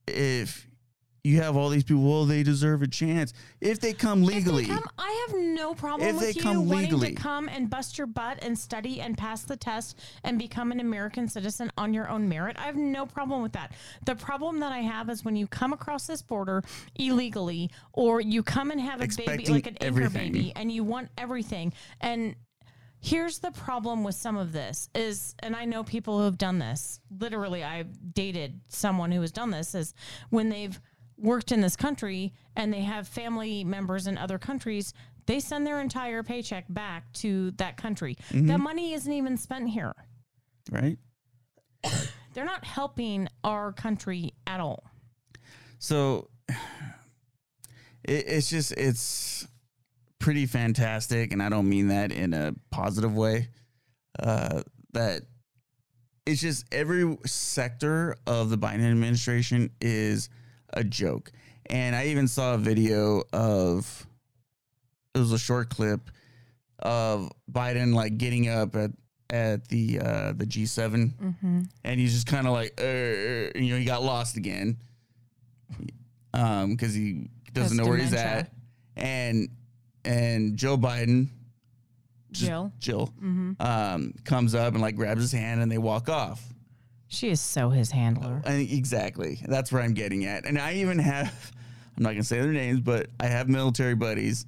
if you have all these people, well, they deserve a chance. If they come legally, If they come, I have no problem If with they you come wanting legally. to come and bust your butt and study and pass the test and become an American citizen on your own merit. I have no problem with that. The problem that I have is when you come across this border illegally or you come and have a Expecting baby like an anchor everything. baby and you want everything and here's the problem with some of this is and i know people who have done this literally i dated someone who has done this is when they've worked in this country and they have family members in other countries they send their entire paycheck back to that country Mm-hmm. that money isn't even spent here right? they're not helping our country at all So it, it's just, it's pretty fantastic. And I don't mean that in a positive way. Uh, that it's just every sector of the Biden administration is a joke. And I even saw a video of it was a short clip of Biden like getting up at at the uh, the G7, Mm-hmm. and he's just kind of like, "Uh, uh," you know, he got lost again because he doesn't Has know where he's dementia. at, and and Joe Biden just- jill Jill um, comes up and like grabs his hand and they walk off. she is so his handler And exactly. That's where I'm getting at. And I even have, I'm not going to say their names, but I have military buddies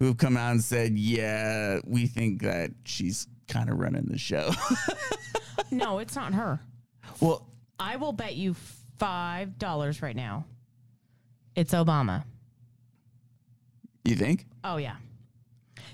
who have come out and said, yeah, we think that she's kind of running the show. no it's not her well, i will bet you five dollars right now it's obama you think? Oh yeah.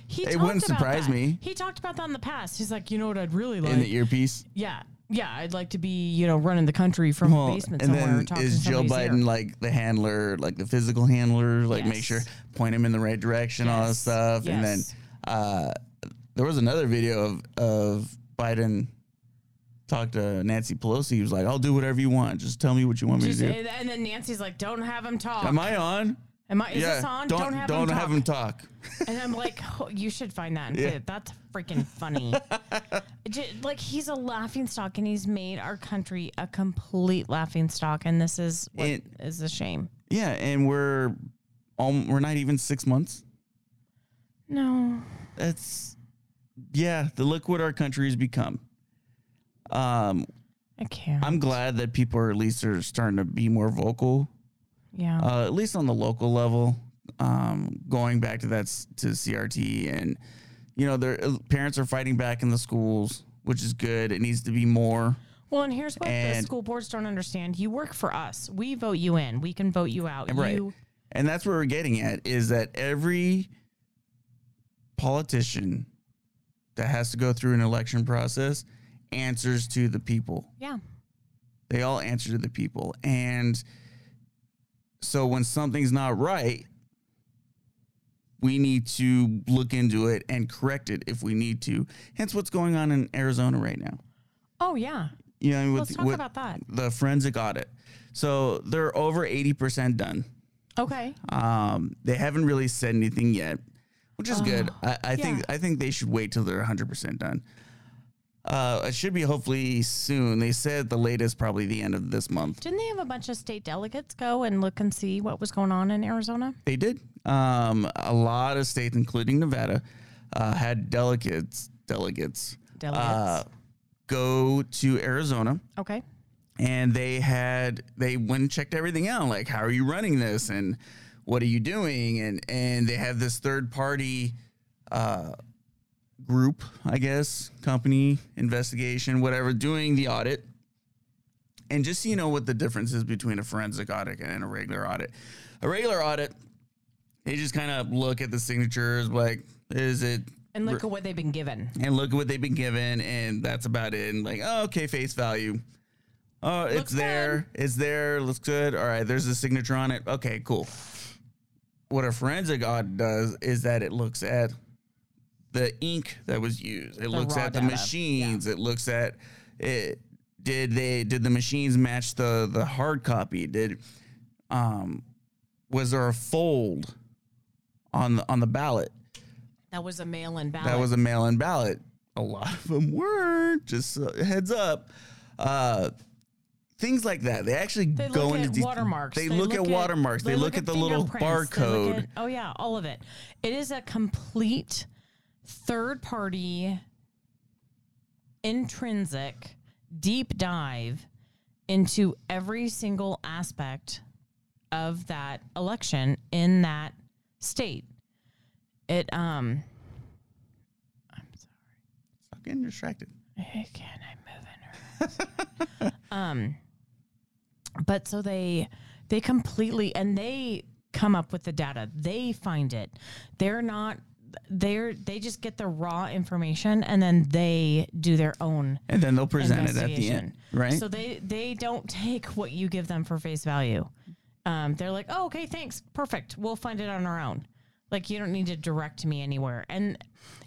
He It talked wouldn't about surprise that. me. He talked about that in the past. He's like, you know what I'd really like. In the earpiece? yeah, yeah, I'd like to be, you know, running the country from a Well, basement and somewhere. then talking is to Joe somebody's Biden ear. like the handler, like the physical handler, like make Yes. sure, point him in the right direction, all this Yes. stuff. And then Yes. uh, there was another video of, of Biden talked to Nancy Pelosi. He was like, I'll do whatever you want. Just tell me what you want me Just- to do. and and then Nancy's like, "Don't have him talk." Am I on? Am I- is this on? Don't, Don't have him don't talk. have him talk. And I'm like, oh, you should find that and play Yeah. it. That's freaking funny. J- like he's a laughing stock, and he's made our country a complete laughing stock. And this is what is It- a shame. Yeah, and we're um, we're not even six months. No, That's yeah. The look what our country has become. Um, I can't. I'm glad that people are at least are starting to be more vocal, yeah, uh, at least on the local level. Um, going back to that s- to CRT, and you know their parents are fighting back in the schools, which is good. It needs to be more. Well, and here's what the And- school boards don't understand. You work for us. We vote you in. We can vote you out. Right. You, And that's where we're getting at is that every politician that has to go through an election process answers to the people. yeah. They all answer to the people. And so when something's not right, we need to look into it and correct it if we need to. Hence what's going on in Arizona right now. Oh yeah. You know, with, Let's talk with about that. the forensic audit. So they're over 80% done. Okay. Um, they haven't really said anything yet, which is good. I, I yeah. think I think they should wait till they're 100 percent done. Uh, it should be hopefully soon. They said the latest probably the end of this month. Didn't they have a bunch of state delegates go and look and see what was going on in Arizona? They did. Um, a lot of states, including Nevada, uh, had delegates delegates Delegates. uh, go to Arizona. okay. and they had they went and checked everything out like how are you running this and what are you doing and and they have this third party uh group i guess company investigation whatever doing the audit and just so you know what the difference is between a forensic audit and a regular audit a regular audit they just kind of look at the signatures like is it And look at what they've been given. and look at what they've been given, and that's about it. And like, oh, okay, face value. Oh, it's Looks there. It's there. Looks good. All right, there's a signature on it. Okay, cool. What a forensic audit does is that it looks at the ink that was used. It looks raw at the data. machines. It looks at it. Did they did the machines match the the hard copy? Did um was there a fold on the on the ballot? That was a mail in ballot. that was a mail-in ballot. A lot of them were. Just uh, heads up, uh, things like that. They actually They go look into at de- watermarks. They, look, at watermarks. They, look, at the little fingerprints. They look barcode. at- oh yeah, all of it. It is a complete third party intrinsic deep dive into every single aspect of that election in that state. It um I'm getting distracted. Hey, Can I move in? her? um, but so they they completely and they come up with the data. They find it. They're not. They're they just get the raw information and then they do their own And then they'll present it at the investigation. end, right? So they they don't take what you give them for face value. Um, they're like, oh, okay, thanks, perfect. We'll find it on our own. Like you don't need to direct me anywhere. And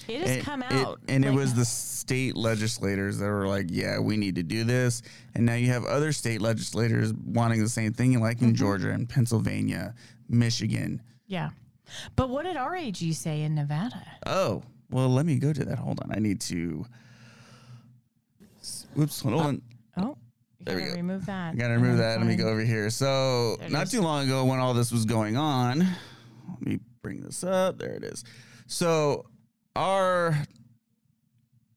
it has It- come it- out, and it like- was the state legislators that were like, "Yeah, we need to do this." And now you have other state legislators wanting the same thing, like Mm-hmm. in Georgia and Pennsylvania, Michigan. Yeah. But what did our AG say in Nevada? Oh, well, let me go to that. Hold on. I need to. Whoops, hold on. Oh, you There we gotta go. remove that. I gotta remove And that. Let me find- go over here. So, it not is. too long ago, when all this was going on, let me bring this up. There it is. So, our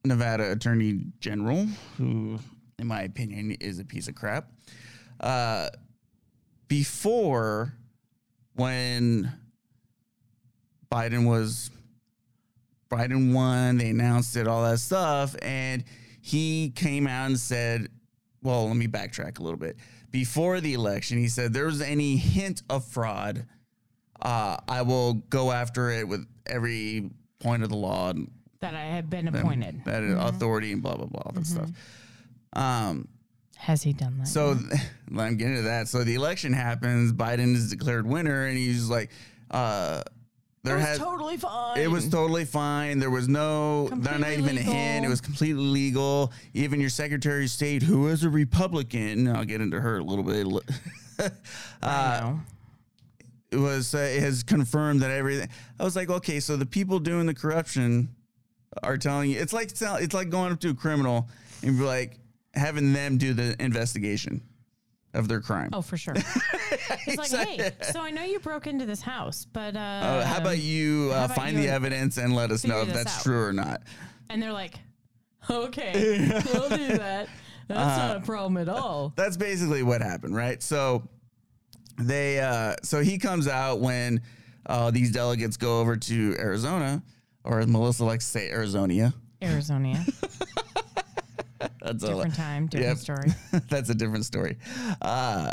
Nevada Attorney General, who, in my opinion, is a piece of crap, uh, before when Biden was Biden won, they announced it, all that stuff, and he came out and said, well, let me backtrack a little bit. Before the election, he said there was any hint of fraud, uh, I will go after it with every point of the law and That I have been appointed. that authority and blah blah blah all that stuff. Mm-hmm. Um, Has he done that? so th- Mm-hmm. I'm getting to that. So the election happens. Biden is declared winner, and he's like, uh, There it was has- totally fine. It was totally fine. There was no, not Completely even a hint. It legal. was completely legal. Even your Secretary of State, who is a Republican, I'll get into her a little bit. l- uh, I know. it was uh, it has confirmed that everything. I was like, okay, so the people doing the corruption are telling you. It's like tell- it's like going up to a criminal and be like having them do the investigation of their crime. Oh, for sure. it's like, hey, so I know you broke into this house, but uh, Uh, how about you uh, about find you the evidence and let us know if figure this that's out? true or not? And they're like, okay, we'll do that. That's not a problem at all. that's basically what happened, right? So they uh, so he comes out when uh, these delegates go over to Arizona, or as Melissa likes to say, Arizonia. Arizona, That's all. different time, different Yep. story. That's a different story. Uh,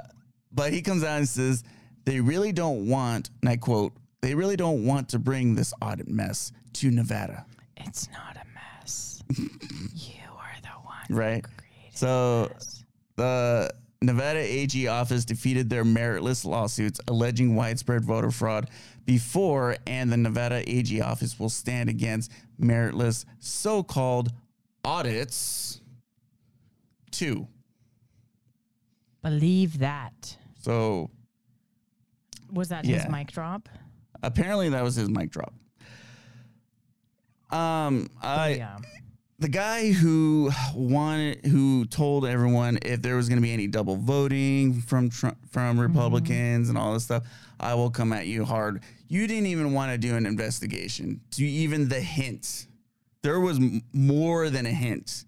but he comes out and says they really don't want, and I quote, they really don't want to bring this audit mess to Nevada, It's not a mess. you are the one. right? Created. So the Nevada AG office defeated their meritless lawsuits alleging widespread voter fraud before, and the Nevada AG office will stand against meritless so called audits too. Believe that. So Was that Yeah. his mic drop? apparently that was his mic drop. Um, I yeah. the guy who wanted who told everyone if there was going to be any double voting from Trump, Mm-hmm. from Republicans and all this stuff, I will come at you hard. You didn't even want to do an investigation to even the hint. There was m- more than a hint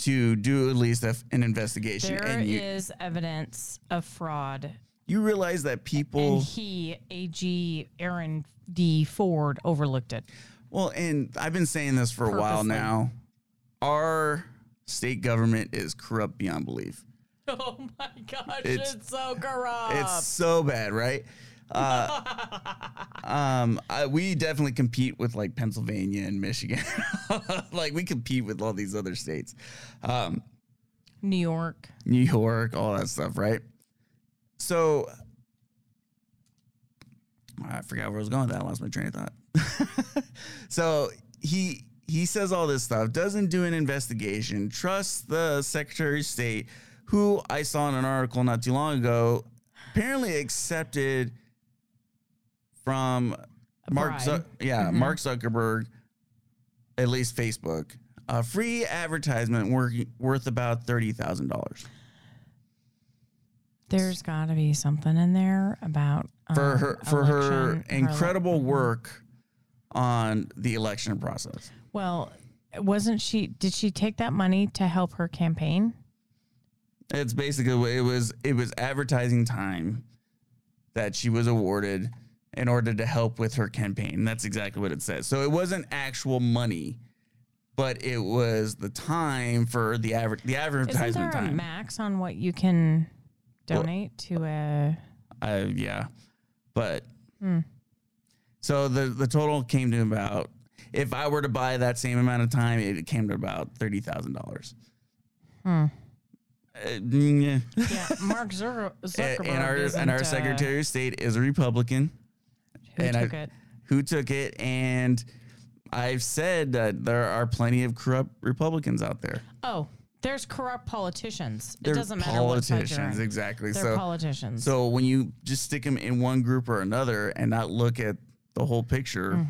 to do at least a f- an investigation, There and you is evidence of fraud. you realize that people. And he, AG Aaron D. Ford, overlooked it. Well, and I've been saying this for a while Purposely. now. Our state government is corrupt beyond belief. Oh my gosh, It's- it's, so corrupt. It's so bad, right? Uh, um, I, we definitely compete with like Pennsylvania and Michigan. like we compete with all these other states, um, New York. New York, all that stuff, right? So I forgot where I was going with that. I lost my train of thought. so he he says all this stuff, doesn't do an investigation, trusts the Secretary of State, who I saw in an article not too long ago, apparently accepted from Mark bribe. Zuck yeah, Mark Zuckerberg, at least Facebook, a free advertisement worth, worth about thirty thousand dollars There's got to be something in there about for um, her for her election- ele- incredible work on the election process. well, wasn't she? Did she take that money to help her campaign? It's basically what it was it was advertising time that she was awarded in order to help with her campaign. That's exactly what it says. So it wasn't actual money, but it was the time for the aver- the Isn't there advertisement a time. max on what you can donate to a? uh, yeah, but Hmm. so the the total came to about if I were to buy that same amount of time, it came to about thirty thousand dollars. Hmm. Uh, mm, yeah. Yeah, Mark Zucker- Zuckerberg and our isn't, and our uh, Secretary of State is a Republican who and took I- it. who took it, and I've said that there are plenty of corrupt Republicans out there. Oh, there's corrupt politicians. They're it doesn't matter what side you're politicians, on. exactly. They're so politicians. So when you just stick them in one group or another and not look at the whole picture,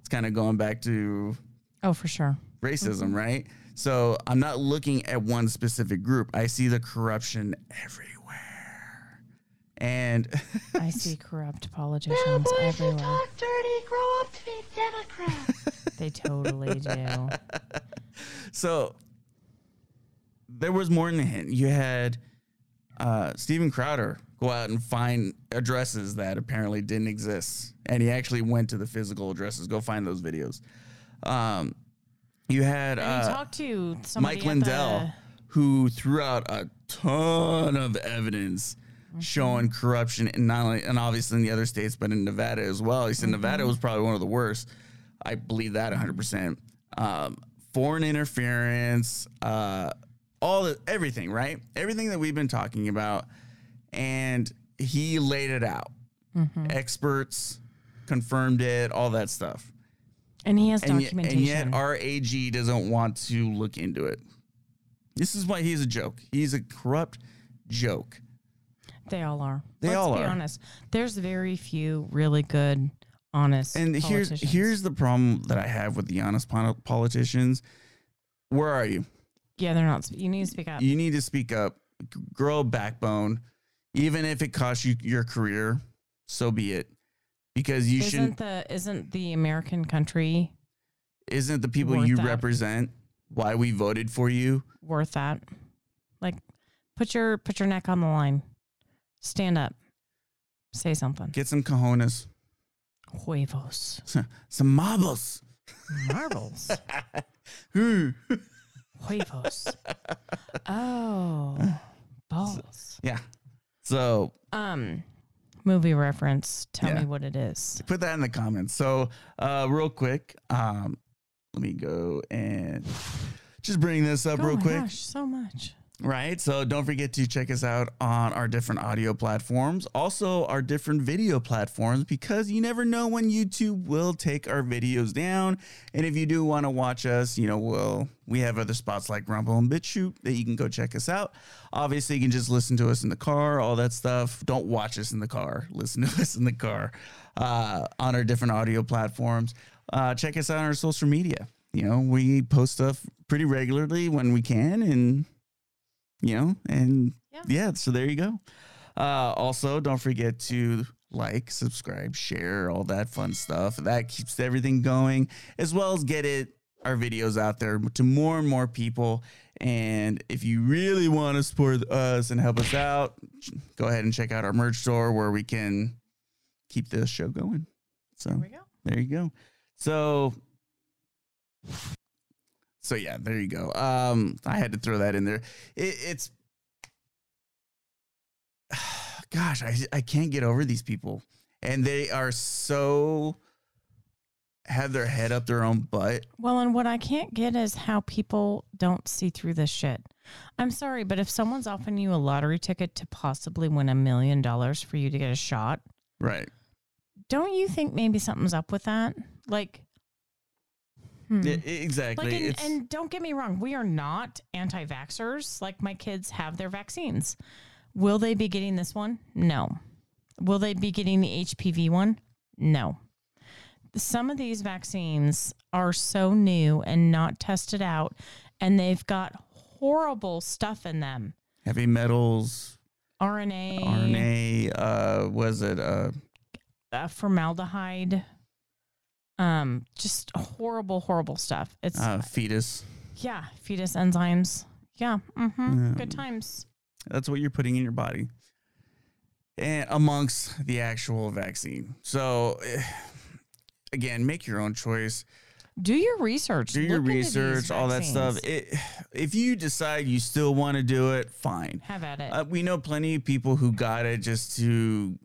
it's kind of going back to oh, for sure. racism, right? So I'm not looking at one specific group. I see the corruption everywhere. And I see corrupt politicians everywhere. dirty, grow up to be Democrat. They totally do. so there was more than a hint. You had uh, Steven Crowder go out and find addresses that apparently didn't exist. And he actually went to the physical addresses. Go find those videos. Um, you had And uh, he talked to somebody Mike at Lindell, the- who threw out a ton of evidence Mm-hmm. showing corruption, and not only, and obviously in the other states, but in Nevada as well. He said Mm-hmm. Nevada was probably one of the worst. I believe that 100. percent um, Foreign interference, uh, all the, everything, right? Everything that we've been talking Mm-hmm. about, and he laid it out. Experts, confirmed it, all that stuff. And he has And, ye- and documentation. yet our AG doesn't want to look into it. This is why he's a joke. He's a corrupt joke. they all are. They Let's all be are. honest. There's very few really good, honest. And here's politicians. here's the problem that I have with the honest pol- politicians. Where are you? yeah, they're not. sp- You need to speak up. You need to speak up. G- Grow a backbone, even if it costs you your career. So be it, because you isn't shouldn't. the isn't the American country isn't the people worth you that? represent why we voted for you? worth that? Like, put your put your neck on the line. Stand up. Say something. Get some cojones, Huevos. some marbles. Marbles. Hmm. Ooh. Huevos. Oh, balls. yeah. So Um, movie reference. Tell Yeah. me what it is. put that in the comments. So, uh, real quick, um, let me go and just bring this up oh real my quick. gosh, so much. Right. So don't forget to check us out on our different audio platforms, also our different video platforms, because you never know when YouTube will take our videos down. And if you do want to watch us, you know, well, we have other spots like Rumble and BitChute that you can go check us out. Obviously, you can just listen to us in the car, all that stuff. Don't watch us in the car. Listen to us in the car uh, on our different audio platforms. Uh, check us out on our social media. You know, we post stuff pretty regularly when we can and you know and yeah, Yeah. so there you go uh, also don't forget to like subscribe share all that fun stuff that keeps everything going as well as get it our videos out there to more and more people and if you really want to support us and help us out go ahead and check out our merch store where we can keep this show going so There we go. there you go. So so yeah, there you go. Um I had to throw that in there. It, it's gosh, I I can't get over these people. And they are so have their head up their own butt. Well, and what I can't get is how people don't see through this shit. I'm sorry, but if someone's offering you a lottery ticket to possibly win a million dollars for you to get a shot, Right. don't you think maybe something's up with that? Like, hmm. E-, exactly. like, and, it's, and don't get me wrong, we are not anti vaxxers. Like, my kids have their vaccines. Will they be getting this one? No. Will they be getting the HPV one? No. Some of these vaccines are so new and not tested out, and they've got horrible stuff in them heavy metals, RNA, RNA, uh was it uh Uh, formaldehyde. Um, just horrible, horrible stuff. It's uh fetus. Yeah, fetus enzymes. Yeah, mm-hmm. good times. That's what you're putting in your body. And amongst the actual vaccine. So eh, again, make your own choice. Do your research. Do your Look into these research, all that stuff. vaccines. It, if you decide you still want to do it, fine. Have at it. Uh, we know plenty of people who got it just to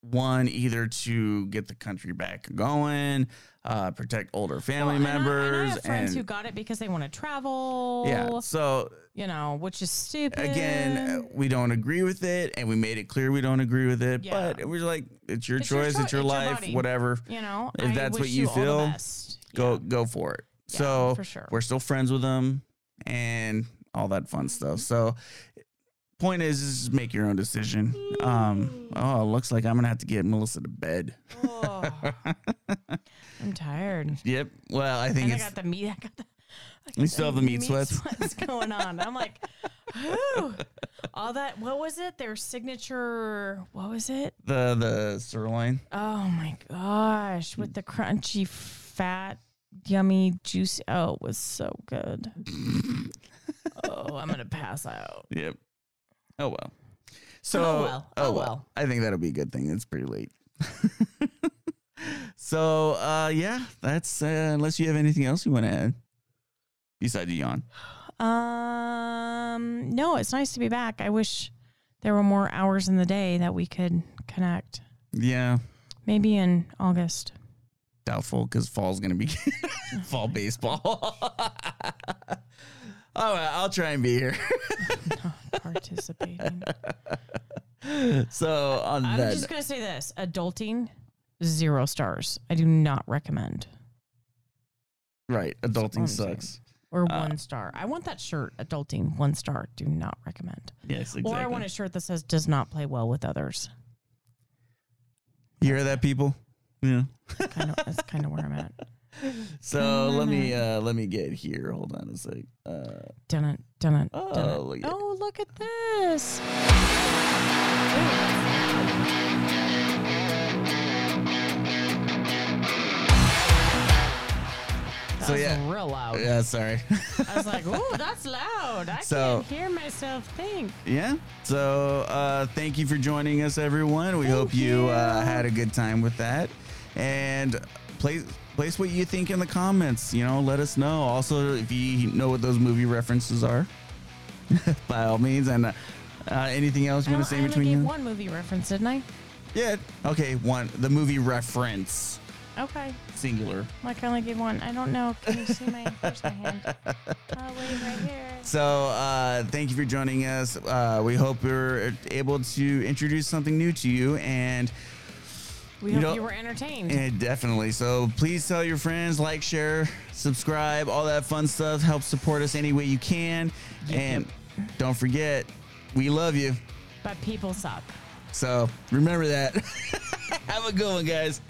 one either to get the country back going, uh, protect older family Well, and I- members, And I, have friends and- who got it because they want to travel. yeah. So You know, which is stupid. again, uh, we don't agree with it, and we made it clear we don't agree with it. Yeah. But we're like, it's your It's your choice, it's choi- your it's your life, body. whatever. you know, if I that's wish what you all the feel, best. Go Yeah. go for it. Yeah, so for sure. we're still friends with them and all that fun stuff. So point is, is just make your own decision. Um, oh, it looks like I'm gonna have to get Melissa to bed. I'm tired. Yep. Well, I think and I it's got the meat. I got the. I We got still have the meat sweats. going on. I'm like, whew. all that. What was it? Their signature. What was it? the the sirloin. Oh my gosh, with the crunchy, fat, yummy, juicy. Oh, it was so good. oh, I'm gonna pass out. Yep. Oh well. So well. Oh, well. I think that'll be a good thing. It's pretty late. so uh yeah, that's uh, unless you have anything else you want to add besides the yawn. Um, no, it's nice to be back. I wish there were more hours in the day that we could connect. Yeah, Maybe in August. doubtful because fall's gonna be fall baseball. All right, I'll try and be here. Participating. So on I'm that, just gonna say this: adulting zero stars. I do not recommend. Right. Adulting I'm saying. sucks. Or one star. I want that shirt, adulting, one star. Do not recommend. Yes, exactly. Or I want a shirt that says does not play well with others. you hear that, people? Yeah. Kind of, that's kind of where I'm at. So let me uh let me get here. Hold on a sec. Uh Dun it, dun it, Oh, dun it. look at- oh, look at this. That So, was yeah. real loud. yeah, sorry. I was like, "Ooh, that's loud! I So- can't hear myself think." yeah. So uh thank you for joining us everyone. We hope you, you. uh had a good time with that. And place place what you think in the comments, you know, let us know. Also if you know what those movie references are. by all means and uh, uh, anything else you I want don't- to say Oh, I only between gave you? one movie reference, didn't I? Yeah. Okay, one the movie reference Okay, singular. like I only gave one. I don't know. Can you see my? Where's my hand? Oh, wait, right here. So, uh, thank you for joining us. Uh, we hope we are able to introduce something new to you, and, We You hope know- you were entertained. and definitely. So, please tell your friends, like, share, subscribe, all that fun stuff. Help support us any way you can, and don't forget, we love you. but people suck. So, remember that. Have a good one, guys.